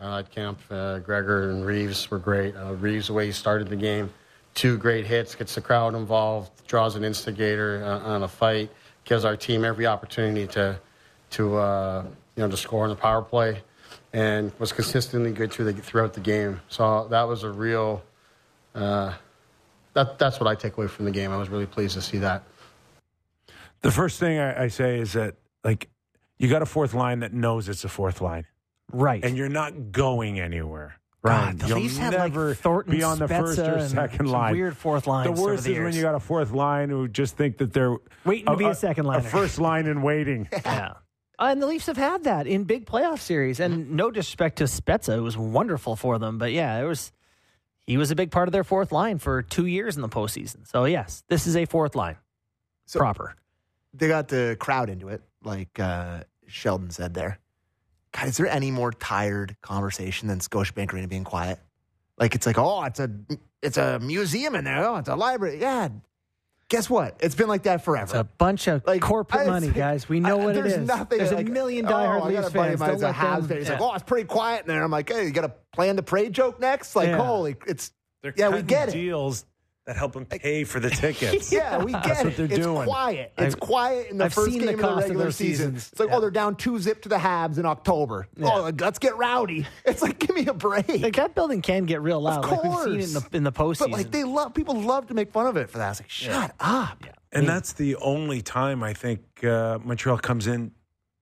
Speaker 4: I liked Camp, uh, Gregor, and Reeves were great. Uh, Reeves, the way he started the game, two great hits, gets the crowd involved, draws an instigator uh, on a fight, gives our team every opportunity to, to uh, you know, to score on the power play, and was consistently good through the, throughout the game. So that was a real, uh, that, that's what I take away from the game. I was really pleased to see that.
Speaker 1: The first thing I, I say is that like you got a fourth line that knows it's a fourth line,
Speaker 2: Right.
Speaker 1: and you're not going anywhere. Right,
Speaker 2: God, the
Speaker 1: you'll
Speaker 2: Leafs had like
Speaker 1: never
Speaker 2: Thornton,
Speaker 1: be on the first
Speaker 2: Spezza,
Speaker 1: or
Speaker 2: and
Speaker 1: second
Speaker 2: some
Speaker 1: line.
Speaker 2: Weird fourth line.
Speaker 1: The worst
Speaker 2: the
Speaker 1: is when
Speaker 2: years.
Speaker 1: you got a fourth line who just think that they're
Speaker 2: Waiting to be a second
Speaker 1: line,
Speaker 2: liner.
Speaker 1: a first line in waiting.
Speaker 2: Yeah. And the Leafs have had that in big playoff series. And no disrespect to Spezza, it was wonderful for them. But yeah, it was he was a big part of their fourth line for two years in the postseason. So yes, this is a fourth line.
Speaker 3: So-
Speaker 2: proper.
Speaker 3: they got the crowd into it, like uh, Sheldon said there. God, is there any more tired conversation than Scotiabank Arena being quiet? Like it's like, oh, it's a it's a museum in there. Oh, it's a library. Yeah. Guess what? It's been like that forever.
Speaker 2: It's a bunch of
Speaker 3: like
Speaker 2: corporate
Speaker 3: I-
Speaker 2: money, guys. We know
Speaker 3: I-
Speaker 2: what it
Speaker 3: there's
Speaker 2: is.
Speaker 3: Nothing
Speaker 2: there's
Speaker 3: like,
Speaker 2: a million diehard
Speaker 3: oh, I got
Speaker 2: Leafs
Speaker 3: a buddy
Speaker 2: fans.
Speaker 3: of mine
Speaker 2: Don't
Speaker 3: who's a
Speaker 2: let them-
Speaker 3: Habs fan. He's like,
Speaker 2: Yeah.
Speaker 3: oh, it's pretty quiet in there. I'm like, hey, you got a plan to pray joke next? Like,
Speaker 2: Yeah.
Speaker 3: holy, it's yeah, we get it.
Speaker 1: Deals that help them pay for the tickets.
Speaker 3: Yeah, we get
Speaker 1: That's
Speaker 3: it.
Speaker 1: what they're
Speaker 3: it's
Speaker 1: doing.
Speaker 3: quiet. It's
Speaker 2: I've-
Speaker 3: quiet in the
Speaker 2: I've
Speaker 3: first
Speaker 2: seen
Speaker 3: game
Speaker 2: the
Speaker 3: of
Speaker 2: cost
Speaker 3: the
Speaker 2: of
Speaker 3: regular
Speaker 2: their
Speaker 3: season.
Speaker 2: seasons.
Speaker 3: It's like, oh, they're down two zip to the Habs in October. Oh, like, let's get rowdy. It's like, give me a break.
Speaker 2: Like that building can get real loud.
Speaker 3: of
Speaker 2: Like
Speaker 3: course,
Speaker 2: we've seen it in the in the postseason.
Speaker 3: But like, they love people love to make fun of it for that. It's like, shut up.
Speaker 1: And that's the only time I think uh, Montreal comes in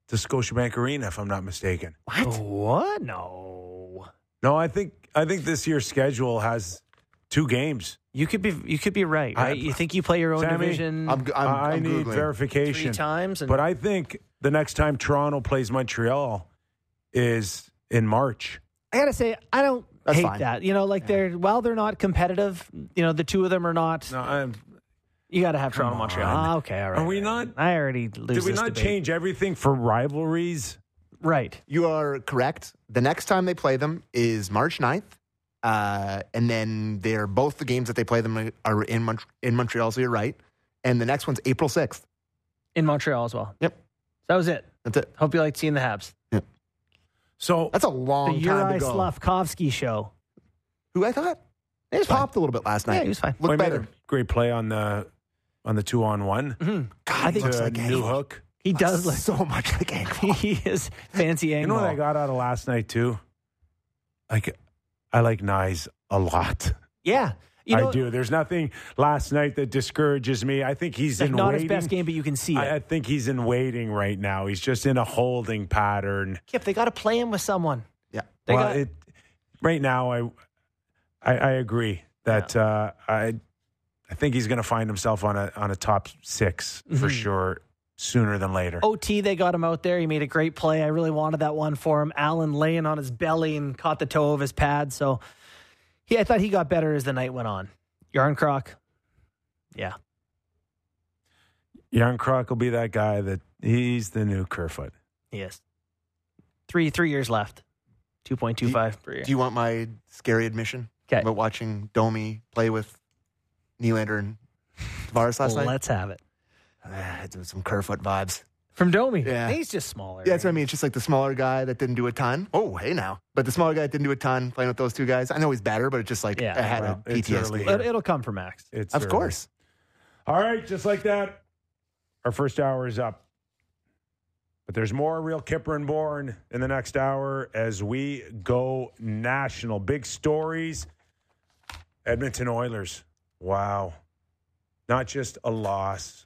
Speaker 1: to Scotiabank Arena, if I'm not mistaken.
Speaker 2: what? No.
Speaker 1: No, I think I think this year's schedule has two games.
Speaker 2: You could be you could be right,
Speaker 1: I-
Speaker 2: right? you think you play your own
Speaker 1: Sammy,
Speaker 2: division
Speaker 3: I'm, g- I'm,
Speaker 1: I
Speaker 3: I'm
Speaker 1: need
Speaker 3: Googling.
Speaker 1: verification.
Speaker 2: three times and
Speaker 1: But I think the next time Toronto plays Montreal is in March.
Speaker 2: I gotta say, I don't
Speaker 3: That's
Speaker 2: hate
Speaker 3: fine.
Speaker 2: that. You know, like they're while they're not competitive, you know, the two of them are not.
Speaker 1: No, I'm,
Speaker 2: You gotta have Toronto,
Speaker 1: on.
Speaker 2: Montreal. Ah, okay, all right.
Speaker 1: Are we
Speaker 2: all right.
Speaker 1: not-
Speaker 2: I already lose.
Speaker 1: did we
Speaker 2: this
Speaker 1: not
Speaker 2: debate.
Speaker 1: change everything for rivalries?
Speaker 2: Right.
Speaker 3: You are correct. The next time they play them is March 9th. Uh, and then they're both the games that they play them are in, Mont- in Montreal, so you're right. And the next one's April 6th.
Speaker 2: in Montreal as well.
Speaker 3: Yep.
Speaker 2: That was it.
Speaker 3: That's it.
Speaker 2: Hope you liked seeing the Habs.
Speaker 1: So
Speaker 3: That's a
Speaker 2: The
Speaker 3: long time
Speaker 2: Uri
Speaker 3: ago.
Speaker 2: Slavkovsky show.
Speaker 3: Who I thought
Speaker 2: It was fine.
Speaker 3: popped a little bit last night.
Speaker 2: Yeah, he was fine.
Speaker 3: Looked
Speaker 1: Well, he made
Speaker 3: better.
Speaker 1: a great play on the on the two on one.
Speaker 2: Mm-hmm.
Speaker 3: God,
Speaker 2: I think
Speaker 3: looks
Speaker 1: to
Speaker 3: like
Speaker 1: new
Speaker 3: Hank.
Speaker 1: hook.
Speaker 2: He does look.
Speaker 3: so much like Hank.
Speaker 2: he is fancy
Speaker 1: You
Speaker 2: angle.
Speaker 1: know what I got out of last night too? Like, I like Nyes a lot.
Speaker 2: Yeah. You know,
Speaker 1: I do. There's nothing last night that discourages me. I think he's
Speaker 2: Like
Speaker 1: in
Speaker 2: not
Speaker 1: waiting.
Speaker 2: his best game, but you can see it.
Speaker 1: I, I think he's in waiting right now. He's just in a holding pattern.
Speaker 2: Kip, they got to play him with someone.
Speaker 3: Yeah.
Speaker 2: They
Speaker 1: well,
Speaker 2: got,
Speaker 1: it, right now, I, I, I agree that uh, I, I think he's going to find himself on a on a top 6
Speaker 2: Mm-hmm.
Speaker 1: for sure sooner than later.
Speaker 2: OT, they got him out there. He made a great play. I really wanted that one for him. Allen laying on his belly and caught the toe of his pad. So, he, I thought he got better as the night went on. Yarn croc. Yeah.
Speaker 1: Yarn Croc will be that guy that he's the new Kerfoot.
Speaker 2: Yes. Three three years left. Two point two five per year.
Speaker 3: Do you want my scary admission
Speaker 2: 'Kay.
Speaker 3: about watching Domi play with Nylander and Tavares last night?
Speaker 2: Let's have it
Speaker 3: Ah, it was some Kerfoot vibes.
Speaker 2: from Domi.
Speaker 3: Yeah.
Speaker 2: he's just smaller.
Speaker 3: Yeah, that's what I mean. It's just like the smaller guy that didn't do a ton. Oh, hey now. But the smaller guy that didn't do a ton playing with those two guys. I know he's better, but it's just like
Speaker 2: Yeah,
Speaker 3: I had
Speaker 1: well,
Speaker 3: a
Speaker 1: it's
Speaker 3: PTSD.
Speaker 1: early.
Speaker 2: It, it'll come for Max.
Speaker 1: It's
Speaker 3: Of
Speaker 1: early.
Speaker 3: course.
Speaker 1: All right, just like that, our first hour is up. But there's more real Kipper and Bourne in the next hour as we go national. Big stories. Edmonton Oilers. Wow. Not just a loss,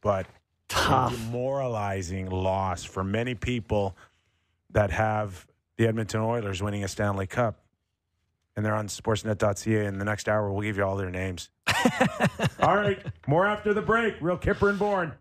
Speaker 1: but a demoralizing loss for many people that have the Edmonton Oilers winning a Stanley Cup. And they're on sportsnet.ca. In the next hour, we'll give you all their names. All right. More after the break. Real Kipper and Bourne.